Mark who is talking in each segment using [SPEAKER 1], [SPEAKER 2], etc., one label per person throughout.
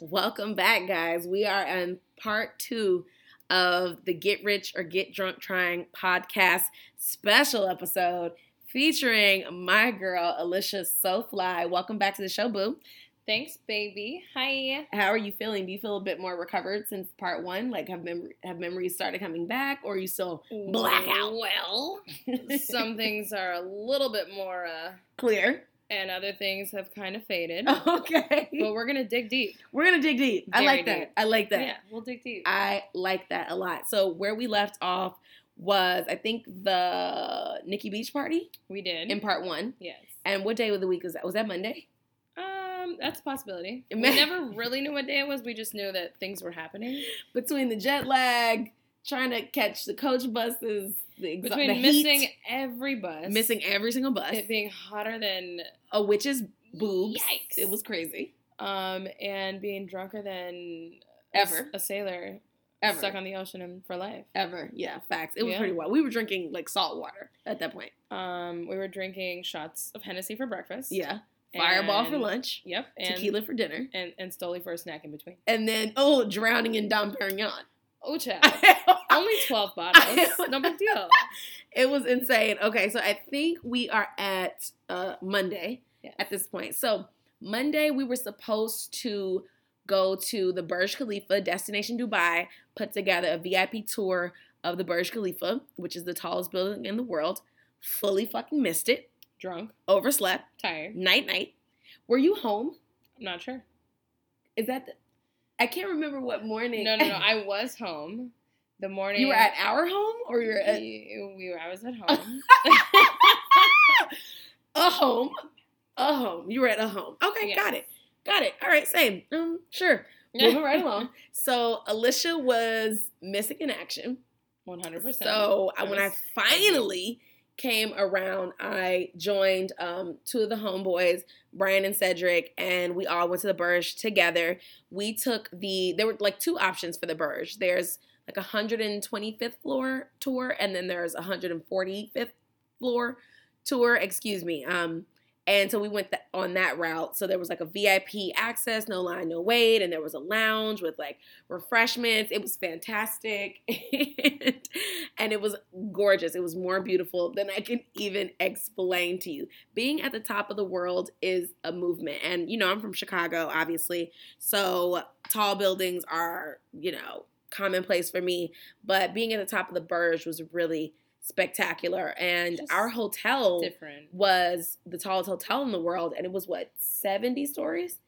[SPEAKER 1] Welcome back, guys. We are on part two of the Get Rich or Get Drunk Trying podcast special episode featuring my girl, Alicia So Fly. Welcome back to the show, boo.
[SPEAKER 2] Thanks, baby. Hi.
[SPEAKER 1] How are you feeling? Do you feel a bit more recovered since part one? Like, have, mem- have memories started coming back, or are you still Blackout.
[SPEAKER 2] Well, some things are a little bit more, uh,
[SPEAKER 1] clear?
[SPEAKER 2] and other things have kind of faded.
[SPEAKER 1] Okay.
[SPEAKER 2] But we're gonna dig deep.
[SPEAKER 1] We're going to dig deep. I
[SPEAKER 2] Very
[SPEAKER 1] like that.
[SPEAKER 2] deep.
[SPEAKER 1] I like that.
[SPEAKER 2] Yeah, we'll dig deep.
[SPEAKER 1] I like that a lot. So where we left off was I think the Nikki Beach party
[SPEAKER 2] we did.
[SPEAKER 1] in part one.
[SPEAKER 2] yes.
[SPEAKER 1] And what day of the week was that? Was that Monday?
[SPEAKER 2] Um, that's a possibility. We
[SPEAKER 1] Imagine-
[SPEAKER 2] never really knew what day it was. We just knew that things were happening
[SPEAKER 1] Between the jet lag, trying to catch the coach buses, the exa-
[SPEAKER 2] between
[SPEAKER 1] the heat,
[SPEAKER 2] missing every bus,
[SPEAKER 1] missing every single bus,
[SPEAKER 2] it being hotter than
[SPEAKER 1] a witch's boobs.
[SPEAKER 2] Yikes.
[SPEAKER 1] It was crazy.
[SPEAKER 2] um, and being drunker than a s-
[SPEAKER 1] Ever,
[SPEAKER 2] a sailor
[SPEAKER 1] ever,
[SPEAKER 2] stuck on the ocean and for life.
[SPEAKER 1] ever. Yeah, facts. It was
[SPEAKER 2] Yeah.
[SPEAKER 1] pretty wild. We were drinking like salt water at that point.
[SPEAKER 2] Um, we were drinking shots of Hennessy for breakfast.
[SPEAKER 1] Yeah, Fireball for
[SPEAKER 2] and-
[SPEAKER 1] lunch,
[SPEAKER 2] Yep. And,
[SPEAKER 1] tequila for dinner,
[SPEAKER 2] And and Stoli for a snack in between.
[SPEAKER 1] and then oh, drowning in Dom Perignon.
[SPEAKER 2] Oh, child. Only twelve bottles. No big deal.
[SPEAKER 1] It was insane. Okay, so I think we are at uh, Monday
[SPEAKER 2] Yes.
[SPEAKER 1] at this point. So Monday we were supposed to go to the Burj Khalifa Destination Dubai, put together a VIP tour of the Burj Khalifa, which is the tallest building in the world. Fully fucking missed it.
[SPEAKER 2] Drunk,
[SPEAKER 1] Overslept.
[SPEAKER 2] tired.
[SPEAKER 1] Night night. Were you home?
[SPEAKER 2] I'm not sure.
[SPEAKER 1] Is that? The, I can't remember what morning.
[SPEAKER 2] No, no, no. I was home. The morning
[SPEAKER 1] you were at uh, our home or you were at
[SPEAKER 2] we, we were, I was at home.
[SPEAKER 1] a home. A home. You were at a home. Okay,
[SPEAKER 2] Yes.
[SPEAKER 1] got it. Got it. All right, same. Um, sure. Moving right along. So Alicia was missing in action.
[SPEAKER 2] One hundred percent.
[SPEAKER 1] So I, when I
[SPEAKER 2] was-
[SPEAKER 1] finally came around, I joined um, two of the homeboys, Brian and Cedric, and we all went to the Burj together. We took the there were like two options for the Burj. There's like a 125th floor tour, and then there's a 145th floor tour. Excuse me. Um, and so we went th- on that route. So there was like a VIP access, no line, no wait, and there was a lounge with like refreshments. It was fantastic. and it was gorgeous. It was more beautiful than I can even explain to you. Being at the top of the world is a movement. And, you know, I'm from Chicago, obviously. So tall buildings are, you know, commonplace for me. But being at the top of the Burj was really spectacular. And
[SPEAKER 2] Just
[SPEAKER 1] our hotel
[SPEAKER 2] different.
[SPEAKER 1] was the tallest hotel in the world, and it was what seventy stories,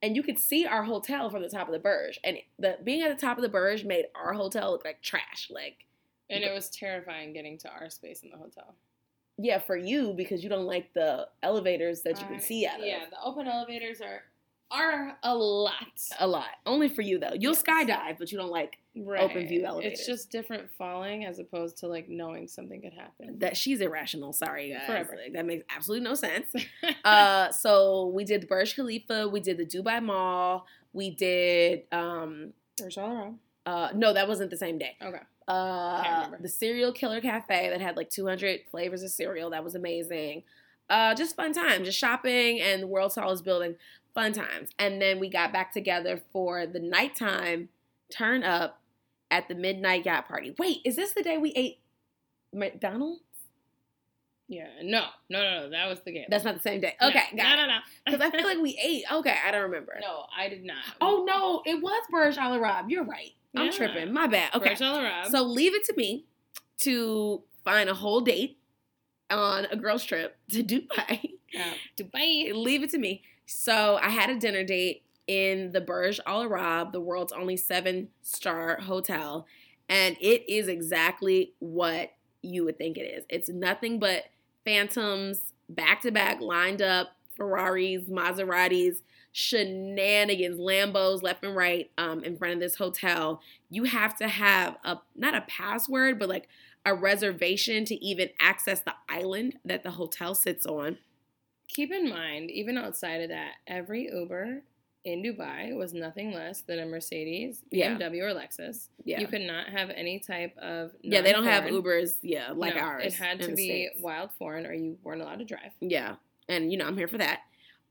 [SPEAKER 1] and you could see our hotel from the top of the Burj. And the being at the top of the Burj made our hotel look like trash. Like,
[SPEAKER 2] And it was terrifying getting to our space in the hotel.
[SPEAKER 1] yeah, for you because you don't like the elevators that you can
[SPEAKER 2] I-
[SPEAKER 1] see out of.
[SPEAKER 2] Yeah, the open elevators are are a lot.
[SPEAKER 1] A lot. Only for you though. You'll
[SPEAKER 2] Yes.
[SPEAKER 1] skydive, but you don't like
[SPEAKER 2] Right.
[SPEAKER 1] view elevators.
[SPEAKER 2] It's just different falling as opposed to like knowing something could happen.
[SPEAKER 1] that. She's irrational. Sorry, guys.
[SPEAKER 2] Forever.
[SPEAKER 1] Like, that makes absolutely no sense. uh, so we did the Burj Khalifa. We did the Dubai Mall. We did. Um,
[SPEAKER 2] There's all around.
[SPEAKER 1] uh, no, that wasn't the same day.
[SPEAKER 2] Okay. Can't
[SPEAKER 1] Uh,
[SPEAKER 2] remember.
[SPEAKER 1] the Serial Killer Cafe that had like 200 flavors of cereal. That was amazing. Uh, just fun time, just shopping and the world's tallest building. Fun times. And then we got back together for the nighttime turn up at the midnight yacht party. Wait, is this the day we ate McDonald's?
[SPEAKER 2] Yeah. No. No. No. No. That was the game.
[SPEAKER 1] That's not the same day.
[SPEAKER 2] No,
[SPEAKER 1] Okay, got
[SPEAKER 2] no,
[SPEAKER 1] it.
[SPEAKER 2] no. No.
[SPEAKER 1] Because I feel like we ate. Okay, I don't remember.
[SPEAKER 2] no, I did not.
[SPEAKER 1] Oh no, it was Burj Al Arab. You're right. I'm
[SPEAKER 2] Yeah.
[SPEAKER 1] tripping. My bad. Okay.
[SPEAKER 2] Virgil Arab.
[SPEAKER 1] So leave it to me to find a whole date on a girls trip to Dubai.
[SPEAKER 2] uh, Dubai.
[SPEAKER 1] leave it to me. So I had a dinner date in the Burj Al Arab, the world's only seven star hotel, and it is exactly what you would think it is. It's nothing but phantoms back to back lined up Ferraris, Maseratis, shenanigans, Lambos left and right um, in front of this hotel. You have to have a not a password, but like a reservation to even access the island that the hotel sits on.
[SPEAKER 2] Keep in mind, even outside of that, every Uber in Dubai was nothing less than a Mercedes,
[SPEAKER 1] Yeah.
[SPEAKER 2] BMW, or Lexus.
[SPEAKER 1] Yeah.
[SPEAKER 2] You could not have any type of
[SPEAKER 1] Yeah, they don't have
[SPEAKER 2] non-foreign-
[SPEAKER 1] Ubers. Yeah, like
[SPEAKER 2] No,
[SPEAKER 1] ours.
[SPEAKER 2] It had
[SPEAKER 1] in
[SPEAKER 2] to
[SPEAKER 1] the
[SPEAKER 2] be
[SPEAKER 1] States.
[SPEAKER 2] wild foreign, or you weren't allowed to drive.
[SPEAKER 1] Yeah, and you know I'm here for that.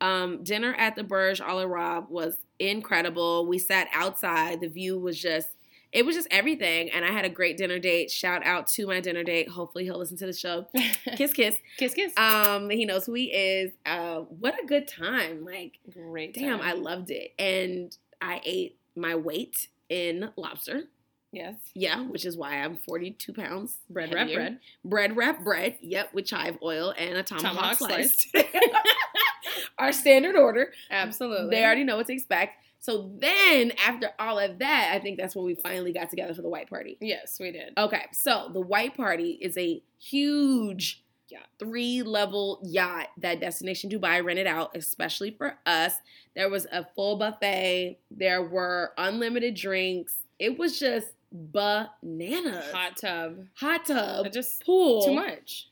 [SPEAKER 1] Um, dinner at the Burj Al Arab was incredible. We sat outside. The view was just, it was just everything. And I had a great dinner date. Shout out to my dinner date. Hopefully he'll listen to the show. Kiss, kiss.
[SPEAKER 2] kiss, kiss.
[SPEAKER 1] Um, he knows who he is. Uh, what a good time. Like,
[SPEAKER 2] Great.
[SPEAKER 1] damn,
[SPEAKER 2] time.
[SPEAKER 1] I loved it. And I ate my weight in lobster.
[SPEAKER 2] yes.
[SPEAKER 1] Yeah, which is why I'm 42 pounds.
[SPEAKER 2] Bread, wrap,
[SPEAKER 1] heavier.
[SPEAKER 2] bread.
[SPEAKER 1] Bread wrap bread. Yep, with chive oil and a tomahawk,
[SPEAKER 2] Tomahawk
[SPEAKER 1] slice. Our standard order.
[SPEAKER 2] Absolutely.
[SPEAKER 1] They already know what to expect. So then, after all of that, I think that's when we finally got together for the white party.
[SPEAKER 2] Yes, we did.
[SPEAKER 1] Okay, so the white party is a huge
[SPEAKER 2] Yacht.
[SPEAKER 1] three level yacht that Destination Dubai rented out, especially for us. There was a full buffet, there were unlimited drinks. It was just bananas.
[SPEAKER 2] Hot tub.
[SPEAKER 1] Hot tub,
[SPEAKER 2] Uh, just
[SPEAKER 1] pool.
[SPEAKER 2] too much.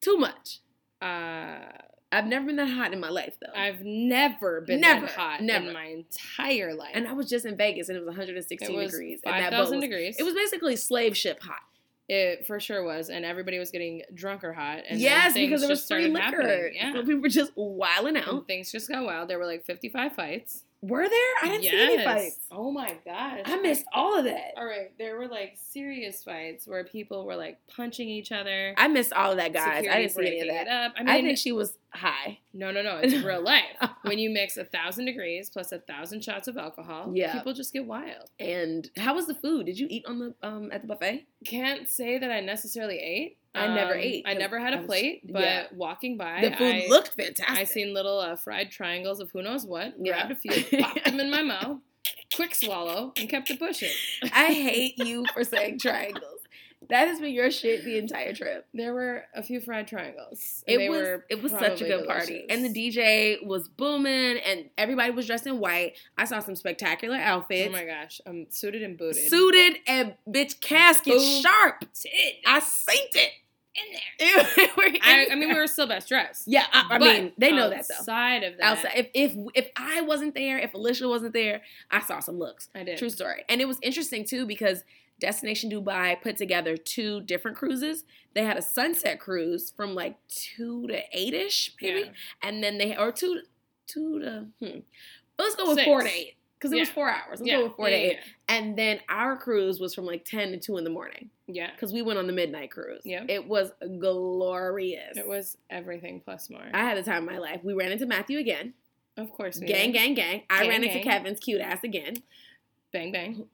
[SPEAKER 1] Too much.
[SPEAKER 2] Uh,
[SPEAKER 1] I've never been that hot in my life, though.
[SPEAKER 2] I've never been
[SPEAKER 1] Never,
[SPEAKER 2] that hot
[SPEAKER 1] never.
[SPEAKER 2] in my entire life.
[SPEAKER 1] and I was just in Vegas and it was 116
[SPEAKER 2] it was
[SPEAKER 1] degrees. and
[SPEAKER 2] five
[SPEAKER 1] that boat
[SPEAKER 2] thousand
[SPEAKER 1] was
[SPEAKER 2] degrees.
[SPEAKER 1] It was basically slave ship hot.
[SPEAKER 2] It for sure was, and everybody was getting drunk or hot. And then
[SPEAKER 1] yes,
[SPEAKER 2] things
[SPEAKER 1] because it was
[SPEAKER 2] just
[SPEAKER 1] free
[SPEAKER 2] started
[SPEAKER 1] liquor.
[SPEAKER 2] happening. Yeah. Mm.
[SPEAKER 1] So people were just wilding
[SPEAKER 2] And
[SPEAKER 1] out.
[SPEAKER 2] things just got wild. There were like 55 fights.
[SPEAKER 1] Were there? I didn't see any
[SPEAKER 2] Yes.
[SPEAKER 1] fights.
[SPEAKER 2] Oh my gosh.
[SPEAKER 1] I missed all of that.
[SPEAKER 2] All right. There were like serious fights where people were like punching each other.
[SPEAKER 1] I missed all of that, guys. I
[SPEAKER 2] security
[SPEAKER 1] didn't see any of
[SPEAKER 2] breaking it
[SPEAKER 1] that.
[SPEAKER 2] up. I mean,
[SPEAKER 1] I think she was high.
[SPEAKER 2] no, no, no. It's real life. when you mix a thousand degrees plus a thousand shots of alcohol,
[SPEAKER 1] Yeah.
[SPEAKER 2] people just get wild.
[SPEAKER 1] And how was the food? Did you eat on the um at the buffet?
[SPEAKER 2] Can't say that I necessarily ate.
[SPEAKER 1] I never
[SPEAKER 2] Um,
[SPEAKER 1] ate
[SPEAKER 2] I
[SPEAKER 1] 'cause
[SPEAKER 2] never had
[SPEAKER 1] I
[SPEAKER 2] a
[SPEAKER 1] was-
[SPEAKER 2] plate, but
[SPEAKER 1] yeah.
[SPEAKER 2] walking by,
[SPEAKER 1] the food
[SPEAKER 2] I,
[SPEAKER 1] looked fantastic.
[SPEAKER 2] I seen little uh, fried triangles of who knows what.
[SPEAKER 1] Yeah.
[SPEAKER 2] Grabbed a few, popped them in my mouth, quick swallow, and kept it pushing.
[SPEAKER 1] I hate you for saying triangles. That has been your shit the entire trip.
[SPEAKER 2] There were a few fried triangles. and
[SPEAKER 1] It
[SPEAKER 2] they
[SPEAKER 1] was
[SPEAKER 2] were
[SPEAKER 1] it was such a
[SPEAKER 2] probably
[SPEAKER 1] good party,
[SPEAKER 2] delicious.
[SPEAKER 1] and the DJ was booming, and everybody was dressed in white. I saw some spectacular
[SPEAKER 2] Oh
[SPEAKER 1] outfits,
[SPEAKER 2] my gosh, I'm suited and booted.
[SPEAKER 1] suited and bitch casket
[SPEAKER 2] Boom.
[SPEAKER 1] sharp. I synced it in there.
[SPEAKER 2] I, I mean, we were still best dressed.
[SPEAKER 1] yeah, I, I
[SPEAKER 2] But
[SPEAKER 1] mean they know that though.
[SPEAKER 2] Outside of that,
[SPEAKER 1] Outside, if if if I wasn't there, if Alicia wasn't there, I saw some looks.
[SPEAKER 2] I did.
[SPEAKER 1] True story. And it was interesting too because Destination Dubai put together two different cruises. They had a sunset cruise from like two to eight ish, maybe,
[SPEAKER 2] Yeah.
[SPEAKER 1] and then they or two two to hmm. Let's go with
[SPEAKER 2] Six.
[SPEAKER 1] four to eight because it was
[SPEAKER 2] Yeah.
[SPEAKER 1] four hours. Let's
[SPEAKER 2] yeah.
[SPEAKER 1] go with four
[SPEAKER 2] yeah,
[SPEAKER 1] to eight.
[SPEAKER 2] yeah,
[SPEAKER 1] And then our cruise was from like ten to two in the morning
[SPEAKER 2] Yeah.
[SPEAKER 1] because we went on the midnight cruise.
[SPEAKER 2] Yeah.
[SPEAKER 1] it was glorious.
[SPEAKER 2] Yeah. It was everything plus more.
[SPEAKER 1] I had the time of my life. We ran into Matthew again.
[SPEAKER 2] of course, we
[SPEAKER 1] Gang,
[SPEAKER 2] did.
[SPEAKER 1] gang, gang. I
[SPEAKER 2] Gang,
[SPEAKER 1] ran into
[SPEAKER 2] gang.
[SPEAKER 1] Kevin's cute ass again.
[SPEAKER 2] bang, bang.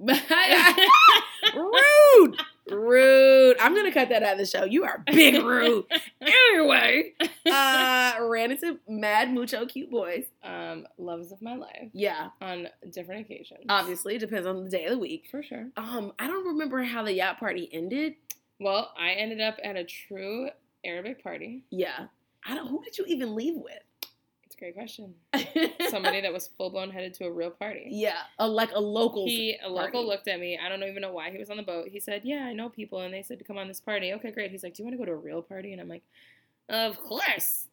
[SPEAKER 1] rude, rude. I'm gonna cut that out of the show. You are big rude. anyway, uh, ran into mad mucho cute boys.
[SPEAKER 2] um, loves of my life
[SPEAKER 1] Yeah,
[SPEAKER 2] on different occasions.
[SPEAKER 1] obviously depends on the day of the week.
[SPEAKER 2] for sure.
[SPEAKER 1] Um, I don't remember how the yacht party ended.
[SPEAKER 2] Well, I ended up at a true Arabic party.
[SPEAKER 1] Yeah, I don't. Who did you even leave
[SPEAKER 2] It's a great question.
[SPEAKER 1] with?
[SPEAKER 2] Somebody that was full blown headed to a real party.
[SPEAKER 1] Yeah, a, like a local.
[SPEAKER 2] He a local
[SPEAKER 1] party.
[SPEAKER 2] looked at me. I don't even know why he was on the boat. He said, "Yeah, I know people," and they said to come on this party. Okay, great. He's like, "Do you want to go to a real party?" And I'm like, "Of course."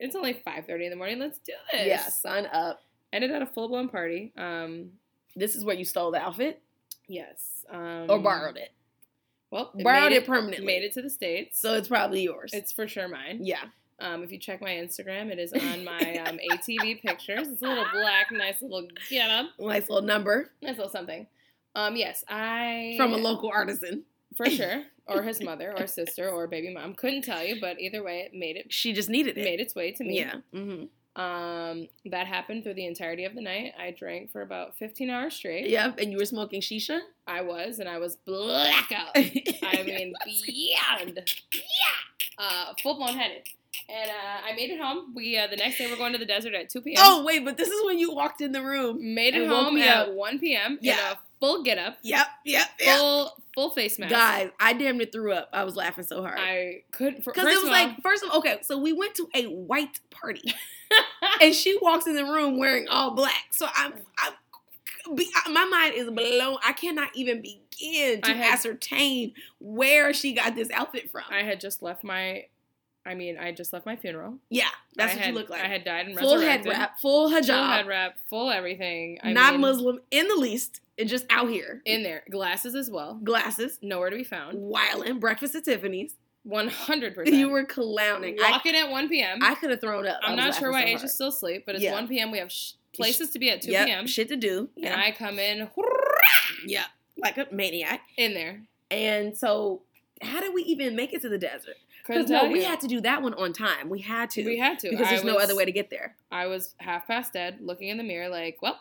[SPEAKER 2] It's only five thirty in the morning. Let's do this.
[SPEAKER 1] yeah, sign up.
[SPEAKER 2] Ended at a full blown party. Um,
[SPEAKER 1] This is where you stole the outfit
[SPEAKER 2] yes. Um,
[SPEAKER 1] or borrowed it.
[SPEAKER 2] Well,
[SPEAKER 1] borrowed
[SPEAKER 2] made
[SPEAKER 1] it, permanently.
[SPEAKER 2] Made it to the states.
[SPEAKER 1] So it's probably yours.
[SPEAKER 2] it's for sure mine.
[SPEAKER 1] yeah.
[SPEAKER 2] Um, if you check my Instagram, it is on my um, ATV pictures. It's a little black, nice little get up,
[SPEAKER 1] Nice little number
[SPEAKER 2] nice little something. Um, yes, I
[SPEAKER 1] from a local artisan.
[SPEAKER 2] for sure, or his mother, or sister, or baby mom. Couldn't tell you, but either way, it made it
[SPEAKER 1] She just needed it.
[SPEAKER 2] made its way to me.
[SPEAKER 1] Yeah. Mm-hmm.
[SPEAKER 2] Um, that happened through the entirety of the night. I drank for about 15 hours straight.
[SPEAKER 1] Yep. And you were smoking shisha.
[SPEAKER 2] I was, and I was blackout. I mean, beyond, yeah, uh, full blown headed. And uh, I made it home. We uh, the next day we're going to the desert at 2 p.m.
[SPEAKER 1] oh wait, but this is when you walked in the room.
[SPEAKER 2] Made it
[SPEAKER 1] And woke
[SPEAKER 2] home
[SPEAKER 1] me
[SPEAKER 2] at
[SPEAKER 1] up.
[SPEAKER 2] 1 p.m.
[SPEAKER 1] Yeah.
[SPEAKER 2] in a full get up,
[SPEAKER 1] Yep. Yep. Yep.
[SPEAKER 2] full full face mask.
[SPEAKER 1] Guys, I damn near threw up. I was laughing so hard.
[SPEAKER 2] I couldn't
[SPEAKER 1] Cause
[SPEAKER 2] because
[SPEAKER 1] it was like, first of all, okay, so we went to a white party, and she walks in the room wearing all black. So I'm, I'm, be, my mind is blown. I cannot even begin to
[SPEAKER 2] I had-
[SPEAKER 1] ascertain where she got this outfit from.
[SPEAKER 2] I had just left my, I mean, I just left my funeral.
[SPEAKER 1] yeah, that's
[SPEAKER 2] I
[SPEAKER 1] what
[SPEAKER 2] had,
[SPEAKER 1] you look like.
[SPEAKER 2] I had died and
[SPEAKER 1] full head
[SPEAKER 2] resurrected.
[SPEAKER 1] wrap, full hijab,
[SPEAKER 2] full head wrap, full everything. I
[SPEAKER 1] not
[SPEAKER 2] mean,
[SPEAKER 1] Muslim in the least, and just out here,
[SPEAKER 2] in there, glasses as well.
[SPEAKER 1] glasses,
[SPEAKER 2] Nowhere to be found.
[SPEAKER 1] wildin', breakfast at Tiffany's.
[SPEAKER 2] One hundred percent.
[SPEAKER 1] You were clowning. I,
[SPEAKER 2] walking at one p.m.
[SPEAKER 1] I could have thrown up. I
[SPEAKER 2] I'm
[SPEAKER 1] was
[SPEAKER 2] not sure why
[SPEAKER 1] laughing
[SPEAKER 2] H
[SPEAKER 1] so
[SPEAKER 2] is still asleep, but it's
[SPEAKER 1] Yeah.
[SPEAKER 2] 1 p.m. We have sh- places to be at 2
[SPEAKER 1] hard.
[SPEAKER 2] p.m.
[SPEAKER 1] Yep, shit to do.
[SPEAKER 2] And
[SPEAKER 1] Yeah,
[SPEAKER 2] I come in
[SPEAKER 1] yeah, like a maniac.
[SPEAKER 2] in there.
[SPEAKER 1] And so, how did we even make it to the desert? Because
[SPEAKER 2] Couldn't
[SPEAKER 1] no,
[SPEAKER 2] tell
[SPEAKER 1] we
[SPEAKER 2] you.
[SPEAKER 1] had to do that one on time. We had to.
[SPEAKER 2] We had to.
[SPEAKER 1] because
[SPEAKER 2] I
[SPEAKER 1] there's no
[SPEAKER 2] was-
[SPEAKER 1] other way to get there.
[SPEAKER 2] I was half past dead, looking in the mirror, like, well,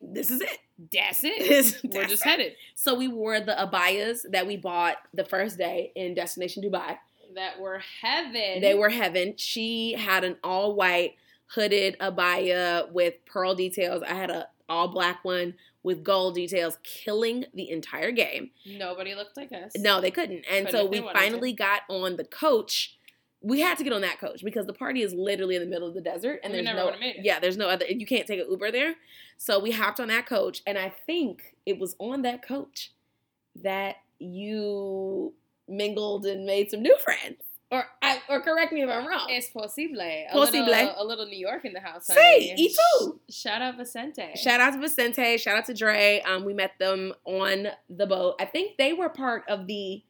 [SPEAKER 1] This is it.
[SPEAKER 2] that's it.
[SPEAKER 1] This-
[SPEAKER 2] We're
[SPEAKER 1] that's
[SPEAKER 2] just
[SPEAKER 1] it.
[SPEAKER 2] headed.
[SPEAKER 1] So we wore the abayas that we bought the first day in Destination Dubai.
[SPEAKER 2] That were heaven.
[SPEAKER 1] They were heaven. She had an all white hooded abaya with pearl details. I had a all black one with gold details, killing the entire game.
[SPEAKER 2] Nobody looked like us.
[SPEAKER 1] No, they couldn't. And
[SPEAKER 2] But
[SPEAKER 1] so
[SPEAKER 2] if they
[SPEAKER 1] we
[SPEAKER 2] wanted to.
[SPEAKER 1] finally got on the coach. We had to get on that coach because the party is literally in the middle of the desert, and
[SPEAKER 2] We
[SPEAKER 1] there's
[SPEAKER 2] never
[SPEAKER 1] no
[SPEAKER 2] would've made it.
[SPEAKER 1] yeah, there's no other. You can't take an Uber there, so we hopped on that coach, and I think it was on that coach that you mingled and made some new friends. Or I, or correct me if I'm wrong.
[SPEAKER 2] It's possible. A
[SPEAKER 1] Possible.
[SPEAKER 2] Little, a little New York in the house.
[SPEAKER 1] See,
[SPEAKER 2] honey.
[SPEAKER 1] e too.
[SPEAKER 2] Sh- Shout out Vicente.
[SPEAKER 1] Shout out to Vicente. Shout out to Dre. Um, we met them on the boat. I think they were part of the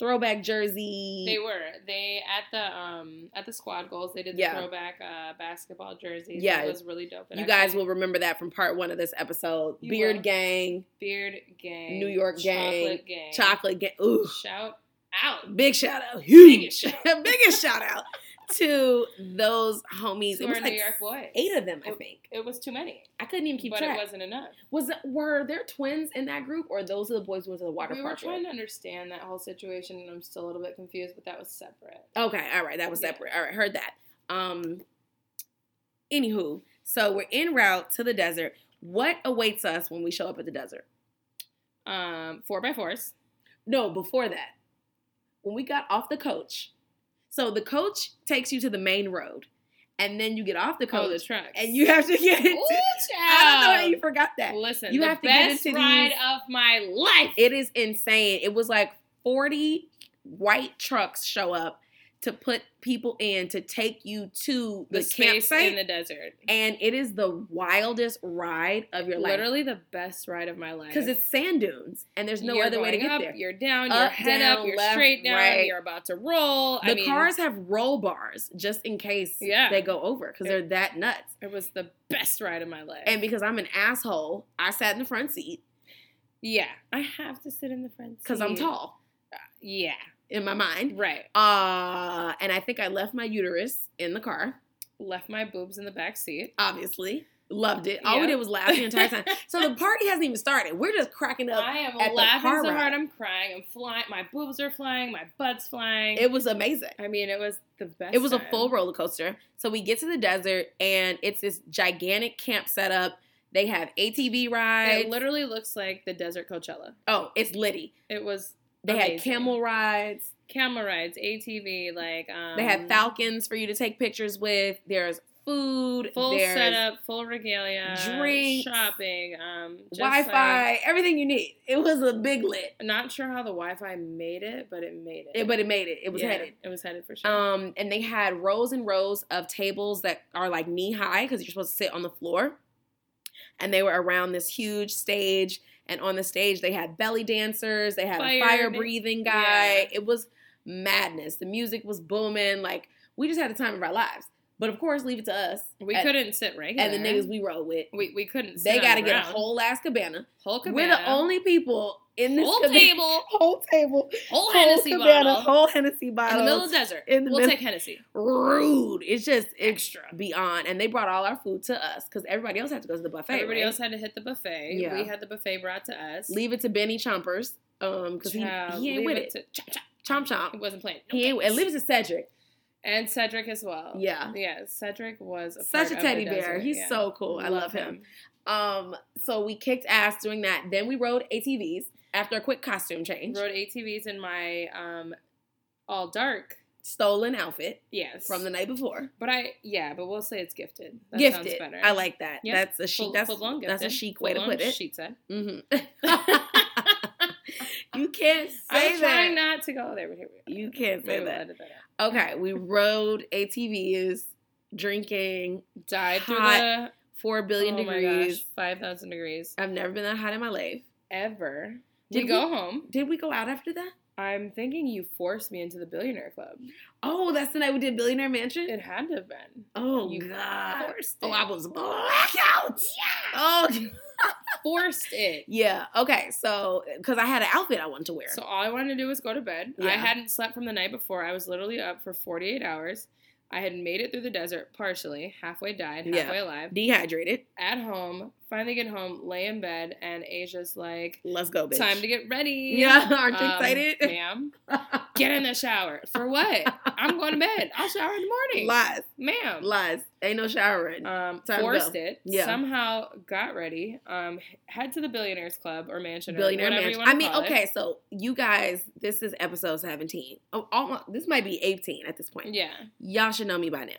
[SPEAKER 1] throwback jersey.
[SPEAKER 2] They were. They at the um at the squad goals. They did the
[SPEAKER 1] Yeah.
[SPEAKER 2] throwback uh, basketball jerseys.
[SPEAKER 1] Yeah.
[SPEAKER 2] it was really dope. It
[SPEAKER 1] you guys
[SPEAKER 2] actually-
[SPEAKER 1] will remember that from part one of this episode.
[SPEAKER 2] You
[SPEAKER 1] Beard
[SPEAKER 2] will.
[SPEAKER 1] gang,
[SPEAKER 2] Beard gang,
[SPEAKER 1] New York
[SPEAKER 2] chocolate gang,
[SPEAKER 1] chocolate gang. Ooh,
[SPEAKER 2] Shout out
[SPEAKER 1] big shout out,
[SPEAKER 2] Biggest
[SPEAKER 1] huge,
[SPEAKER 2] shout
[SPEAKER 1] biggest shout out to those homies.
[SPEAKER 2] to
[SPEAKER 1] it was
[SPEAKER 2] our
[SPEAKER 1] like
[SPEAKER 2] New York boys.
[SPEAKER 1] eight of them, I
[SPEAKER 2] It-
[SPEAKER 1] think.
[SPEAKER 2] It was too many,
[SPEAKER 1] I couldn't even keep
[SPEAKER 2] but
[SPEAKER 1] track.
[SPEAKER 2] it wasn't enough.
[SPEAKER 1] was it, were there twins in that group, or those are the boys who went to the water
[SPEAKER 2] We were
[SPEAKER 1] park? with?
[SPEAKER 2] trying to understand that whole situation, and I'm still a little bit confused. But that was separate.
[SPEAKER 1] Okay, all right, that was
[SPEAKER 2] Yeah.
[SPEAKER 1] separate. All right, heard that. Um anywho, so we're en route to the desert. What awaits us when we show up at the desert?
[SPEAKER 2] Um, four by fours.
[SPEAKER 1] No, before that. When we got off the coach. So the coach takes you to the main road and then you get off the
[SPEAKER 2] Oh, the
[SPEAKER 1] coach
[SPEAKER 2] trucks.
[SPEAKER 1] and you have to get
[SPEAKER 2] Ooh,
[SPEAKER 1] I don't know how
[SPEAKER 2] child.
[SPEAKER 1] you forgot that.
[SPEAKER 2] Listen,
[SPEAKER 1] You
[SPEAKER 2] the
[SPEAKER 1] have to get
[SPEAKER 2] best
[SPEAKER 1] into
[SPEAKER 2] ride
[SPEAKER 1] these-
[SPEAKER 2] of my life.
[SPEAKER 1] It is insane. It was like 40 white trucks show up to put people in to take you to the,
[SPEAKER 2] the space
[SPEAKER 1] campsite.
[SPEAKER 2] in the desert.
[SPEAKER 1] and it is the wildest ride of your life
[SPEAKER 2] Literally the best ride of my life.
[SPEAKER 1] because it's sand dunes and there's no
[SPEAKER 2] You're
[SPEAKER 1] other way to
[SPEAKER 2] going
[SPEAKER 1] get
[SPEAKER 2] up,
[SPEAKER 1] there.
[SPEAKER 2] You're down, you're
[SPEAKER 1] Up,
[SPEAKER 2] head
[SPEAKER 1] down,
[SPEAKER 2] up, you're
[SPEAKER 1] left,
[SPEAKER 2] straight down,
[SPEAKER 1] right.
[SPEAKER 2] you're about to roll.
[SPEAKER 1] The
[SPEAKER 2] I mean,
[SPEAKER 1] cars have roll bars just in case
[SPEAKER 2] Yeah.
[SPEAKER 1] they go over because they're that nuts.
[SPEAKER 2] It was the best ride of my life.
[SPEAKER 1] And because I'm an asshole, I sat in the front seat
[SPEAKER 2] yeah, I have to sit in the front
[SPEAKER 1] because I'm
[SPEAKER 2] seat.
[SPEAKER 1] tall
[SPEAKER 2] Yeah,
[SPEAKER 1] in my mind.
[SPEAKER 2] right.
[SPEAKER 1] Uh, and I think I left my uterus in the car,
[SPEAKER 2] Left my boobs in the back seat.
[SPEAKER 1] obviously. Loved it. All we
[SPEAKER 2] Yeah.
[SPEAKER 1] did was laugh the entire time. so the party hasn't even started. We're just cracking up.
[SPEAKER 2] I am
[SPEAKER 1] at the
[SPEAKER 2] laughing
[SPEAKER 1] car
[SPEAKER 2] so
[SPEAKER 1] ride.
[SPEAKER 2] hard I'm crying. I'm flying. My boobs are flying. My butt's flying.
[SPEAKER 1] It was amazing.
[SPEAKER 2] I mean, it was the best.
[SPEAKER 1] It was a
[SPEAKER 2] time.
[SPEAKER 1] full roller coaster. So we get to the desert, and it's this gigantic camp setup. They have ATV rides.
[SPEAKER 2] It literally looks like the desert Coachella.
[SPEAKER 1] oh, it's Liddy.
[SPEAKER 2] It was
[SPEAKER 1] They had
[SPEAKER 2] Amazing.
[SPEAKER 1] camel rides.
[SPEAKER 2] camel rides, ATV, like um,
[SPEAKER 1] They had falcons for you to take pictures with. There's food.
[SPEAKER 2] full
[SPEAKER 1] there's
[SPEAKER 2] setup, full regalia,
[SPEAKER 1] drinks,
[SPEAKER 2] shopping, um, just,
[SPEAKER 1] Wi-Fi.
[SPEAKER 2] like,
[SPEAKER 1] everything you need. It was a big lit,
[SPEAKER 2] not sure how the Wi-Fi made it, but it made it.
[SPEAKER 1] It- but it made it. It was
[SPEAKER 2] Yeah,
[SPEAKER 1] headed.
[SPEAKER 2] It was headed for sure.
[SPEAKER 1] Um, and they had rows and rows of tables that are like knee high because you're supposed to sit on the floor. And they were around this huge stage, and on the stage they had belly dancers, they had
[SPEAKER 2] Fire
[SPEAKER 1] a fire
[SPEAKER 2] dan-
[SPEAKER 1] breathing guy.
[SPEAKER 2] Yeah.
[SPEAKER 1] It was madness. The music was booming. Like we just had the time of our lives. But of course, leave it to us.
[SPEAKER 2] we
[SPEAKER 1] at-
[SPEAKER 2] couldn't sit regular.
[SPEAKER 1] and the niggas we rode with.
[SPEAKER 2] we we couldn't. Sit
[SPEAKER 1] they
[SPEAKER 2] got
[SPEAKER 1] got
[SPEAKER 2] to
[SPEAKER 1] to get a whole ass cabana.
[SPEAKER 2] whole
[SPEAKER 1] We're
[SPEAKER 2] cabana,
[SPEAKER 1] the only people in this
[SPEAKER 2] whole
[SPEAKER 1] cabana-
[SPEAKER 2] table,
[SPEAKER 1] whole table,
[SPEAKER 2] whole
[SPEAKER 1] whole
[SPEAKER 2] Hennessy
[SPEAKER 1] cabana,
[SPEAKER 2] bottle
[SPEAKER 1] whole Hennessy
[SPEAKER 2] in
[SPEAKER 1] bottle
[SPEAKER 2] the middle of the desert.
[SPEAKER 1] in the
[SPEAKER 2] we'll
[SPEAKER 1] middle-
[SPEAKER 2] take Hennessy.
[SPEAKER 1] rude. It's just it's
[SPEAKER 2] Extra.
[SPEAKER 1] beyond. And they brought all our food to us because everybody else had to go to the buffet.
[SPEAKER 2] Everybody
[SPEAKER 1] right?
[SPEAKER 2] else had to hit the buffet.
[SPEAKER 1] Yeah.
[SPEAKER 2] We had the buffet brought to us.
[SPEAKER 1] leave it to Benny Chompers um because he,
[SPEAKER 2] Child,
[SPEAKER 1] he ain't
[SPEAKER 2] leave
[SPEAKER 1] with it.
[SPEAKER 2] to- chop, chop.
[SPEAKER 1] Chomp
[SPEAKER 2] It
[SPEAKER 1] chomp.
[SPEAKER 2] wasn't playing. No
[SPEAKER 1] He ain't with-
[SPEAKER 2] thanks.
[SPEAKER 1] and leave it to Cedric.
[SPEAKER 2] and Cedric as well.
[SPEAKER 1] Yeah.
[SPEAKER 2] yeah. Cedric was a
[SPEAKER 1] Such
[SPEAKER 2] part
[SPEAKER 1] a
[SPEAKER 2] of
[SPEAKER 1] teddy
[SPEAKER 2] the
[SPEAKER 1] bear.
[SPEAKER 2] desert,
[SPEAKER 1] He's
[SPEAKER 2] yeah.
[SPEAKER 1] so cool. I love him. Um, so we kicked ass doing that. Then we rode ATVs after a quick costume change.
[SPEAKER 2] Rode ATVs in my um, all dark.
[SPEAKER 1] Stolen outfit
[SPEAKER 2] Yes,
[SPEAKER 1] from the night before.
[SPEAKER 2] But I yeah, but we'll say it's gifted. That
[SPEAKER 1] gifted.
[SPEAKER 2] sounds better.
[SPEAKER 1] I like that.
[SPEAKER 2] Yeah.
[SPEAKER 1] That's a chic.
[SPEAKER 2] Full-
[SPEAKER 1] that's
[SPEAKER 2] full-blown
[SPEAKER 1] that's a
[SPEAKER 2] gifted.
[SPEAKER 1] chic way to
[SPEAKER 2] Full-blown
[SPEAKER 1] put it.
[SPEAKER 2] Sheet set.
[SPEAKER 1] hmm you can't say
[SPEAKER 2] I was
[SPEAKER 1] that.
[SPEAKER 2] trying not to go there, but here we are.
[SPEAKER 1] You can't say
[SPEAKER 2] Maybe we'll
[SPEAKER 1] that.
[SPEAKER 2] edit out.
[SPEAKER 1] Okay, we rode ATVs, drinking
[SPEAKER 2] Died through
[SPEAKER 1] Hot
[SPEAKER 2] the
[SPEAKER 1] four billion
[SPEAKER 2] oh
[SPEAKER 1] degrees.
[SPEAKER 2] five thousand degrees
[SPEAKER 1] I've never been that hot in my life.
[SPEAKER 2] ever.
[SPEAKER 1] Did
[SPEAKER 2] we go home.
[SPEAKER 1] Did we go out after that?
[SPEAKER 2] I'm thinking you forced me into the billionaire club.
[SPEAKER 1] Oh, that's the night we did Billionaire Mansion.
[SPEAKER 2] It had to have been.
[SPEAKER 1] oh
[SPEAKER 2] you
[SPEAKER 1] God!
[SPEAKER 2] forced it.
[SPEAKER 1] Oh, I was blackout. Oh
[SPEAKER 2] Forced it.
[SPEAKER 1] yeah. Okay, so because I had an outfit I wanted to wear.
[SPEAKER 2] So all I wanted to do was go to bed. I
[SPEAKER 1] Yeah.
[SPEAKER 2] hadn't slept from the night before. I was literally up for 48 hours. I had made it through the desert partially, halfway died,
[SPEAKER 1] Yeah.
[SPEAKER 2] halfway alive.
[SPEAKER 1] Dehydrated.
[SPEAKER 2] At home, finally get home, lay in bed, and Asia's like,
[SPEAKER 1] Let's go, bitch.
[SPEAKER 2] "Time to get ready."
[SPEAKER 1] Yeah, aren't you
[SPEAKER 2] Um,
[SPEAKER 1] excited?
[SPEAKER 2] ma'am? Get in the shower for what? I'm going to bed. I'll shower in the morning,
[SPEAKER 1] Lies,
[SPEAKER 2] ma'am.
[SPEAKER 1] lies. Ain't no showering.
[SPEAKER 2] um,
[SPEAKER 1] Time to
[SPEAKER 2] forced
[SPEAKER 1] go.
[SPEAKER 2] it.
[SPEAKER 1] Yeah.
[SPEAKER 2] Somehow got ready. Um, h- head to the billionaires club or mansion
[SPEAKER 1] Billionaire
[SPEAKER 2] or whatever you
[SPEAKER 1] mansion.
[SPEAKER 2] want to
[SPEAKER 1] I mean, okay, so you guys, this is episode seventeen. Oh, almost, this might be eighteen at this point.
[SPEAKER 2] Yeah.
[SPEAKER 1] Y'all should know me by now.